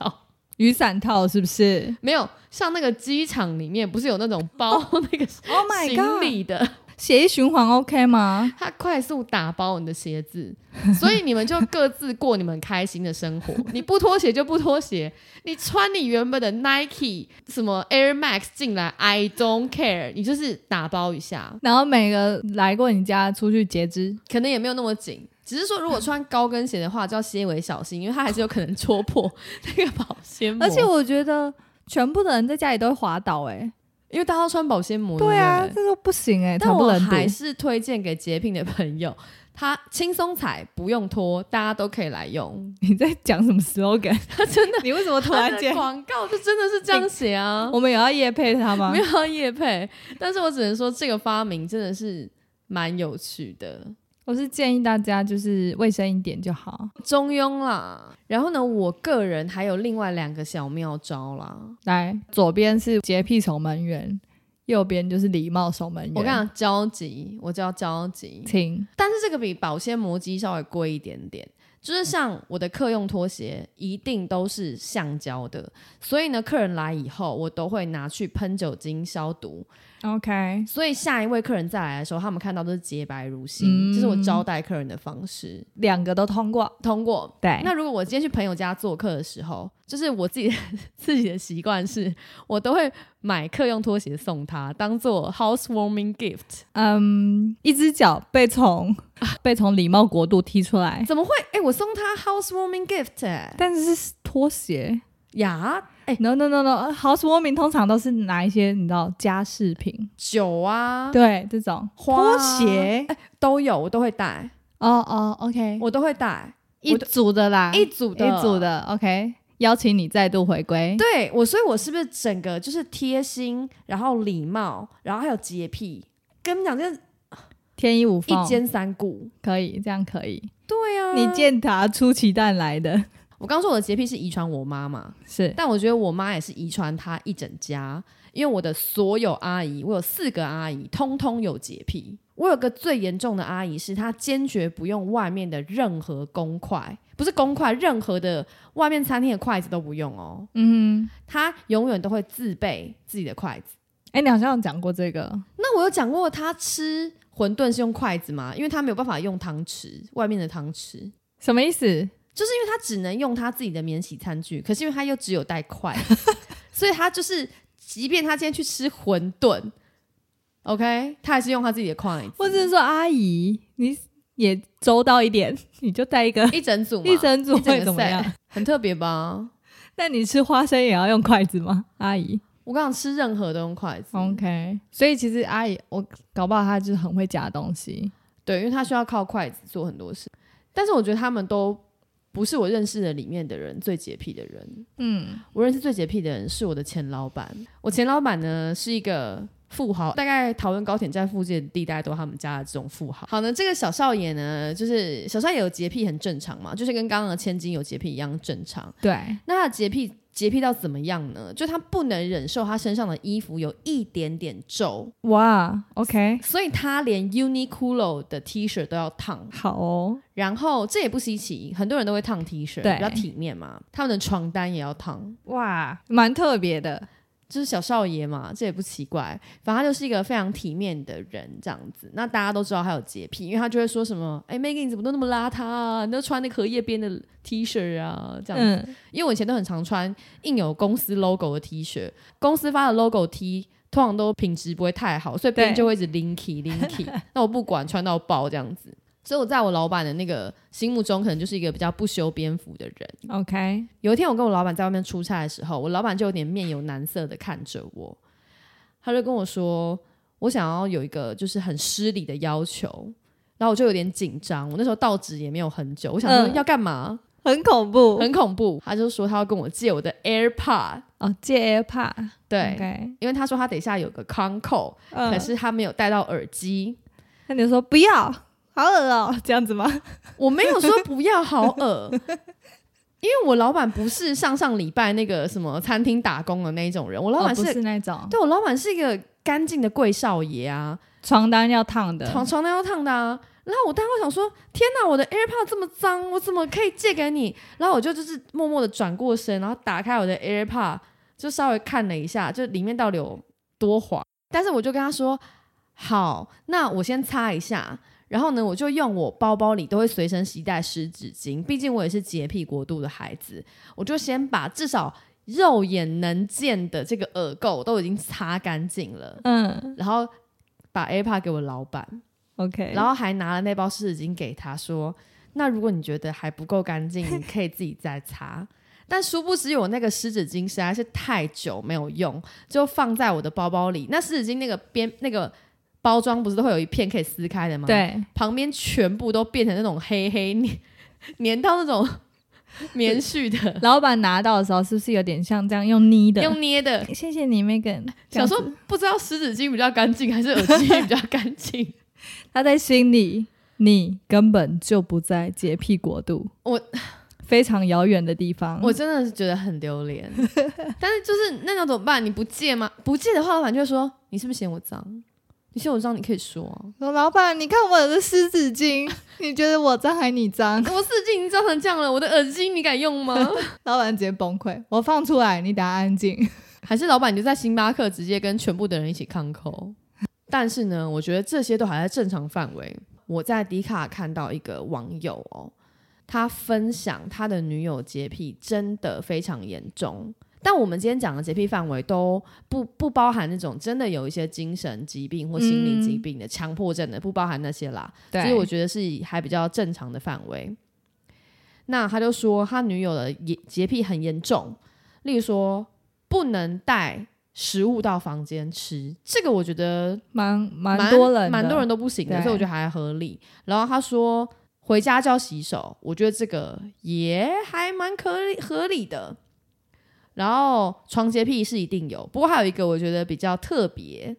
[SPEAKER 2] 雨伞套是不是
[SPEAKER 1] 没有像那个机场里面不是有那种包那个
[SPEAKER 2] [LAUGHS] ？Oh
[SPEAKER 1] 行李的，
[SPEAKER 2] 血液循环 OK 吗？
[SPEAKER 1] 它快速打包你的鞋子， [LAUGHS] 所以你们就各自过你们开心的生活。 [LAUGHS] 你不脱鞋就不脱鞋，你穿你原本的 Nike 什么 Air Max 进来，I don't care，你就是打包一下。
[SPEAKER 2] 然后每个来过你家出去截肢，
[SPEAKER 1] 可能也没有那么紧，只是说如果穿高跟鞋的话，就要些微小心，因为它还是有可能戳破 [LAUGHS] 那个保鲜膜。
[SPEAKER 2] 而且我觉得全部的人在家里都会滑倒、欸，
[SPEAKER 1] 因为大家都穿保鲜膜，
[SPEAKER 2] 对啊，
[SPEAKER 1] 对不
[SPEAKER 2] 这
[SPEAKER 1] 对
[SPEAKER 2] 个不行、欸，哎，
[SPEAKER 1] 但
[SPEAKER 2] 不
[SPEAKER 1] 我
[SPEAKER 2] 能
[SPEAKER 1] 还
[SPEAKER 2] 读。
[SPEAKER 1] 是推荐给洁癖的朋友，它轻松踩，不用拖，大家都可以来用。
[SPEAKER 2] 你在讲什
[SPEAKER 1] [LAUGHS]
[SPEAKER 2] 么 slogan？真的？你为什么突然
[SPEAKER 1] 它的
[SPEAKER 2] 间？哎，
[SPEAKER 1] 广告就真的是这样写啊
[SPEAKER 2] 我们啊有要夜配他吗
[SPEAKER 1] 没？有要夜配，但是我只能说这个发明真的是蛮有趣的。
[SPEAKER 2] 我是建议大家就是卫生一点就好。
[SPEAKER 1] 中庸啦，然后呢，我个人还有另外两个小妙招啦。
[SPEAKER 2] 来，左边是洁癖守门员，右边就是礼貌守门员。
[SPEAKER 1] 我跟你讲，交集，我叫交集，
[SPEAKER 2] 请
[SPEAKER 1] 但是这个比保鲜膜机稍微贵一点点。就是像我的客用拖鞋，一定都是橡胶的，所以呢，客人来以后，我都会拿去喷酒精消毒。
[SPEAKER 2] OK，
[SPEAKER 1] 所以下一位客人再来的时候，他们看到都是洁白如新，
[SPEAKER 2] 嗯
[SPEAKER 1] 这是我招待客人的方式。
[SPEAKER 2] 两个都通过。
[SPEAKER 1] 通过。
[SPEAKER 2] 对，
[SPEAKER 1] 那如果我今天去朋友家做客的时候，就是我自己自己的 [LAUGHS] 习惯是，我都会买客用拖鞋送他，当做 housewarming gift。
[SPEAKER 2] 嗯，一只脚被从
[SPEAKER 1] 啊
[SPEAKER 2] 被从礼貌国度踢出来，
[SPEAKER 1] 怎么会？哎、我送他 housewarming gift 哎、
[SPEAKER 2] 但是是拖鞋。呃
[SPEAKER 1] 呀，哎、
[SPEAKER 2] No no no no，housewarming 通常都是拿一些你知道家饰品，
[SPEAKER 1] 酒啊，
[SPEAKER 2] 对这种
[SPEAKER 1] 花
[SPEAKER 2] 拖
[SPEAKER 1] 啊
[SPEAKER 2] 鞋。
[SPEAKER 1] 都有，我都会带，
[SPEAKER 2] 哦哦，OK，
[SPEAKER 1] 我都会带
[SPEAKER 2] 一组的啦，
[SPEAKER 1] 一组的，
[SPEAKER 2] 啊一组。的，OK，邀请你再度回归。
[SPEAKER 1] 对我，所以我是不是整个就是贴心，然后礼貌，然后还有洁癖，跟你讲，就是
[SPEAKER 2] 天衣无缝
[SPEAKER 1] 一，兼三顾。
[SPEAKER 2] 可以这样可以。
[SPEAKER 1] 对啊，
[SPEAKER 2] 你见他出奇蛋来的，
[SPEAKER 1] 我刚说我的洁癖是遗传我妈嘛，
[SPEAKER 2] 是
[SPEAKER 1] 但我觉得我妈也是遗传她一整家，因为我的所有阿姨，我有四个阿姨，通通有洁癖。我有个最严重的阿姨是，她坚决不用外面的任何公筷，不是公筷，任何的外面餐厅的筷子都不用哦。
[SPEAKER 2] 嗯哼，
[SPEAKER 1] 她永远都会自备自己的筷子。
[SPEAKER 2] 哎、你好像有讲过这个，
[SPEAKER 1] 那我有讲过她吃馄饨是用筷子吗？因为她没有办法用汤匙，外面的汤匙。
[SPEAKER 2] 什么意思？
[SPEAKER 1] 就是因为他只能用他自己的免洗餐具，可是因为他又只有带筷子，所以他就是，即便他今天去吃馄饨，OK，他还是用他自己的筷子。
[SPEAKER 2] 或者是说阿姨，你也周到一点， [LAUGHS] 你就带一个
[SPEAKER 1] 一整组嘛，
[SPEAKER 2] 一整组
[SPEAKER 1] 一整
[SPEAKER 2] 会
[SPEAKER 1] 个
[SPEAKER 2] 怎么
[SPEAKER 1] set
[SPEAKER 2] 样？
[SPEAKER 1] 很特别吧？
[SPEAKER 2] [LAUGHS] 那你吃花生也要用筷子吗？阿姨
[SPEAKER 1] 我刚刚吃任何都用筷子，
[SPEAKER 2] ，OK，所以其实阿姨，我搞不好她就是很会夹东西。
[SPEAKER 1] 对，因为他需要靠筷子做很多事。但是我觉得他们都不是我认识的里面的人最洁癖的人。
[SPEAKER 2] 嗯，
[SPEAKER 1] 我认识最洁癖的人是我的前老板。我前老板呢是一个富豪，大概桃园高铁站附近的地带都他们家的这种富豪。好呢，这个小少爷呢，就是小少爷有洁癖很正常嘛，就是跟刚刚的千金有洁癖一样正常。
[SPEAKER 2] 对，
[SPEAKER 1] 那他的洁癖洁癖到怎么样呢？就他不能忍受他身上的衣服有一点点皱，
[SPEAKER 2] 哇，OK，
[SPEAKER 1] 所以他连 Uniqlo 的 T 恤都要烫。
[SPEAKER 2] 好哦，
[SPEAKER 1] 然后这也不稀奇，很多人都会烫 T 恤，
[SPEAKER 2] 对
[SPEAKER 1] 比较体面嘛。他们的床单也要烫。
[SPEAKER 2] 哇，蛮特别的。
[SPEAKER 1] 就是小少爷嘛，这也不奇怪。反正他就是一个非常体面的人，这样子。那大家都知道他有洁癖，因为他就会说什么：“哎、m e g a n 你怎么都那么邋遢啊？你都穿那个荷叶边的 T 恤啊，这样子。
[SPEAKER 2] 嗯，
[SPEAKER 1] 因为我以前都很常穿印有公司 logo 的 T 恤，公司发的 logo T 通常都品质不会太好，所以边
[SPEAKER 2] 对
[SPEAKER 1] 就会一直 linky linky。那我不管，穿到爆这样子。所以我在我老板的那个心目中，可能就是一个比较不修边幅的人。
[SPEAKER 2] OK，
[SPEAKER 1] 有一天我跟我老板在外面出差的时候，我老板就有点面有难色的看着我，他就跟我说，我想要有一个就是很失礼的要求，然后我就有点紧张，我那时候到职也没有很久，我想说
[SPEAKER 2] 嗯
[SPEAKER 1] 要干嘛，
[SPEAKER 2] 很恐怖。
[SPEAKER 1] 很恐怖，他就说他要跟我借我的 AirPod，
[SPEAKER 2] 哦，借 AirPod，
[SPEAKER 1] 对。
[SPEAKER 2] ，OK，
[SPEAKER 1] 因为他说他等一下有个 con 扣、
[SPEAKER 2] 嗯
[SPEAKER 1] 可是他没有带到耳机。
[SPEAKER 2] 那你就说不要，好恶哦、这样子吗？
[SPEAKER 1] 我没有说不要好耳，因为我老板不是上上礼拜那个什么餐厅打工的那一种人，我老板
[SPEAKER 2] 哦
[SPEAKER 1] 是
[SPEAKER 2] 不是那种
[SPEAKER 1] 对我老板是一个干净的贵少爷啊，
[SPEAKER 2] 床单要烫的，
[SPEAKER 1] 床床单要烫的啊。然后我当时想说，天哪，我的 AirPod 这么脏，我怎么可以借给你？然后我就就是默默的转过身，然后打开我的 AirPod，就稍微看了一下，就里面到底有多滑。但是我就跟他说，好，那我先擦一下。然后呢，我就用我包包里都会随身携带湿纸巾，毕竟我也是洁癖国度的孩子，我就先把至少肉眼能见的这个耳垢都已经擦干净了。
[SPEAKER 2] 嗯
[SPEAKER 1] 然后把 AirPod 给我老板，
[SPEAKER 2] ，OK，
[SPEAKER 1] 然后还拿了那包湿纸巾给他说：“那如果你觉得还不够干净，你可以自己再擦。” [LAUGHS] 但殊不知，我那个湿纸巾实在是太久没有用，就放在我的包包里。那湿纸巾那个边那个包装不是都会有一片可以撕开的吗？，
[SPEAKER 2] 对，
[SPEAKER 1] 旁边全部都变成那种黑黑粘粘到那种棉絮的，
[SPEAKER 2] 老板拿到的时候是不是有点像这样用捏的？
[SPEAKER 1] 用捏的。
[SPEAKER 2] 谢谢你，Megan。
[SPEAKER 1] 想说不知道湿纸巾比较干净还是耳机比较干净。
[SPEAKER 2] 他在心里，你根本就不在洁癖国度，
[SPEAKER 1] 我
[SPEAKER 2] 非常遥远的地方。
[SPEAKER 1] 我真的是觉得很丢脸，但是就是那种怎么办？你不借吗？不借的话，老板就会说你是不是嫌我脏？你嫌我脏，你可以说啊。
[SPEAKER 2] 说老板，你看我的湿纸巾，你觉得我脏还你脏？
[SPEAKER 1] 我四镜已经脏成这样了，我的耳机你敢用吗？
[SPEAKER 2] 老板直接崩溃，我放出来，你打安静。
[SPEAKER 1] 还是老板你就在星巴克直接跟全部的人一起抗扣？但是呢，我觉得这些都还在正常范围。我在迪卡看到一个网友哦，他分享他的女友洁癖真的非常严重。但我们今天讲的洁癖范围都不不包含那种真的有一些精神疾病或心理疾病的、强迫症的，不包含那些啦。所以我觉得是还比较正常的范围。那他就说他女友的洁洁癖很严重，例如说不能带食物到房间吃，这个我觉得
[SPEAKER 2] 蛮蛮多人，
[SPEAKER 1] 蛮多人，都不行的，
[SPEAKER 2] 对
[SPEAKER 1] 所以我觉得还合理。然后他说回家就要洗手，我觉得这个也还蛮可理合理的。然后床洁癖是一定有，不过还有一个我觉得比较特别，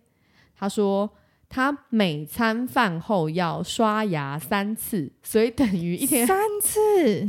[SPEAKER 1] 他说他每餐饭后要刷牙三次，所以等于一天
[SPEAKER 2] 三 次，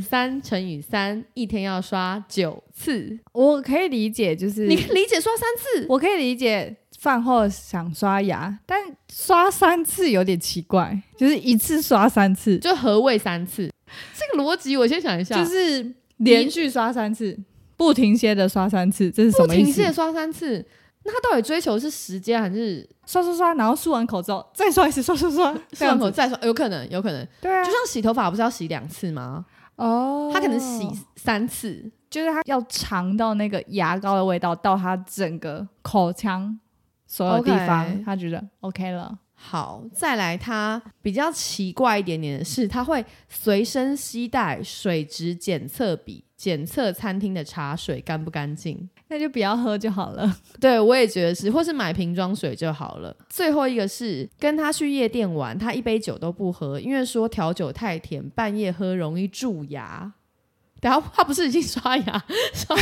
[SPEAKER 1] [LAUGHS] 三乘以三，一天要刷九次。
[SPEAKER 2] 我可以理解，就是
[SPEAKER 1] 你理解刷三次？
[SPEAKER 2] 我可以理解饭后想刷牙，但刷三次有点奇怪，就是一次刷三次，
[SPEAKER 1] 就何谓三次？这个逻辑我先想一下，
[SPEAKER 2] 就是连续刷三次，不停歇的刷三次，这是什
[SPEAKER 1] 不
[SPEAKER 2] 么意
[SPEAKER 1] 停
[SPEAKER 2] 思
[SPEAKER 1] 歇？刷三次，那他到底追求是时间还是
[SPEAKER 2] 刷刷刷，然后漱完口之后再刷一次，刷刷刷，这
[SPEAKER 1] 上
[SPEAKER 2] 样
[SPEAKER 1] 口
[SPEAKER 2] 子。
[SPEAKER 1] 再刷？有可能，有可能。
[SPEAKER 2] 对啊
[SPEAKER 1] 就，像洗头发不是要洗两次吗？
[SPEAKER 2] 哦，
[SPEAKER 1] 他可能洗三次，
[SPEAKER 2] 就是他要尝到那个牙膏的味道，到他整个口腔所有地方
[SPEAKER 1] OK
[SPEAKER 2] 他觉得 OK 了。
[SPEAKER 1] 好，再来，它比较奇怪一点点的是，它会随身携带水质检测笔，检测餐厅的茶水干不干净。
[SPEAKER 2] 那就不要喝就好了。
[SPEAKER 1] 对我也觉得是，或是买瓶装水就好了。最后一个是跟他去夜店玩，他一杯酒都不喝，因为说调酒太甜，半夜喝容易蛀牙。等下他不是已经刷牙刷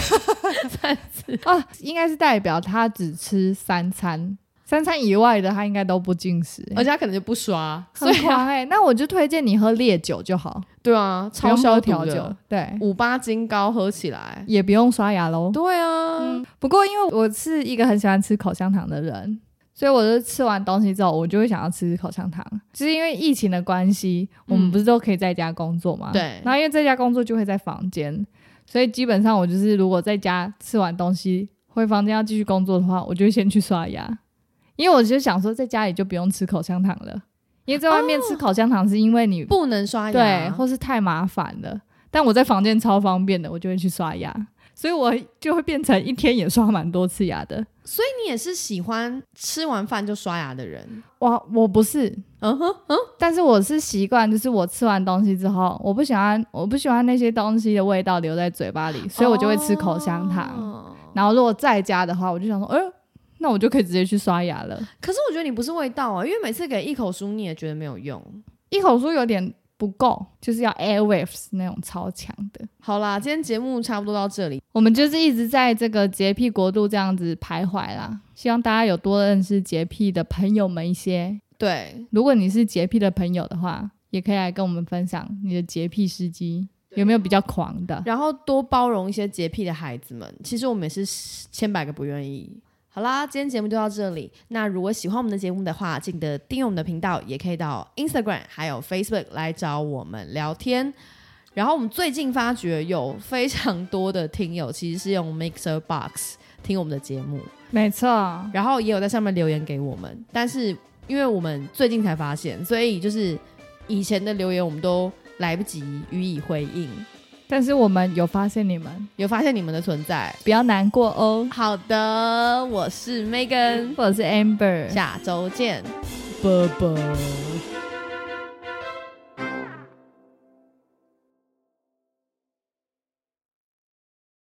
[SPEAKER 1] 三次？
[SPEAKER 2] [LAUGHS] 哦，应该是代表他只吃三餐，三餐以外的他应该都不进食、
[SPEAKER 1] 而且他可能就不刷，所
[SPEAKER 2] 哦很
[SPEAKER 1] 以
[SPEAKER 2] 狂哎、那我就推荐你喝烈酒就好，
[SPEAKER 1] 对啊，
[SPEAKER 2] 不
[SPEAKER 1] 超
[SPEAKER 2] 用
[SPEAKER 1] 消
[SPEAKER 2] 喝
[SPEAKER 1] 毒
[SPEAKER 2] 调
[SPEAKER 1] 的
[SPEAKER 2] 酒，，对，
[SPEAKER 1] 五八金膏喝起来。
[SPEAKER 2] 也不用刷牙喽。
[SPEAKER 1] 对啊，
[SPEAKER 2] 不过因为我是一个很喜欢吃口香糖的人，所以我就吃完东西之后，我就会想要吃口香糖。就是因为疫情的关系，我们不是都可以在家工作嘛、
[SPEAKER 1] 对
[SPEAKER 2] 然后因为在家工作就会在房间，所以基本上我就是如果在家吃完东西回房间要继续工作的话，我就会先去刷牙，因为我就想说在家里就不用吃口香糖了，因为在外面吃口香糖是因为你、
[SPEAKER 1] 不能刷牙，
[SPEAKER 2] 对，或是太麻烦了。但我在房间超方便的，我就会去刷牙，所以我就会变成一天也刷蛮多次牙的。
[SPEAKER 1] 所以你也是喜欢吃完饭就刷牙的人。
[SPEAKER 2] 哇，我不是，
[SPEAKER 1] 嗯哼，
[SPEAKER 2] 但是我是习惯，就是我吃完东西之后，我不喜欢，我不喜欢那些东西的味道留在嘴巴里，所以我就会吃口香糖。
[SPEAKER 1] 哦
[SPEAKER 2] 然后如果在家的话，我就想说，哎、那我就可以直接去刷牙了。
[SPEAKER 1] 可是我觉得你不是味道啊，因为每次给一口酥你也觉得没有用。
[SPEAKER 2] 一口酥有点不够，就是要 airwaves 那种超强的。
[SPEAKER 1] 好啦，今天节目差不多到这里。
[SPEAKER 2] 我们就是一直在这个洁癖国度这样子徘徊啦，希望大家有多认识洁癖的朋友们一些。
[SPEAKER 1] 对，
[SPEAKER 2] 如果你是洁癖的朋友的话，也可以来跟我们分享你的洁癖司机有没有比较狂的。
[SPEAKER 1] 然后多包容一些洁癖的孩子们，其实我们也是千百个不愿意。好啦，今天节目就到这里。那如果喜欢我们的节目的话，记得订阅我们的频道，也可以到 Instagram 还有 Facebook 来找我们聊天。然后我们最近发觉有非常多的听友其实是用 Mixer Box 听我们的节目，
[SPEAKER 2] 没错，
[SPEAKER 1] 然后也有在上面留言给我们，但是因为我们最近才发现，所以就是以前的留言我们都来不及予以回应。
[SPEAKER 2] 但是我们有发现你们，
[SPEAKER 1] 有发现你们的存在。
[SPEAKER 2] 不要难过哦。
[SPEAKER 1] 好的，我是 Megan，
[SPEAKER 2] 我是 Amber，
[SPEAKER 1] 下周见。
[SPEAKER 2] 拜拜。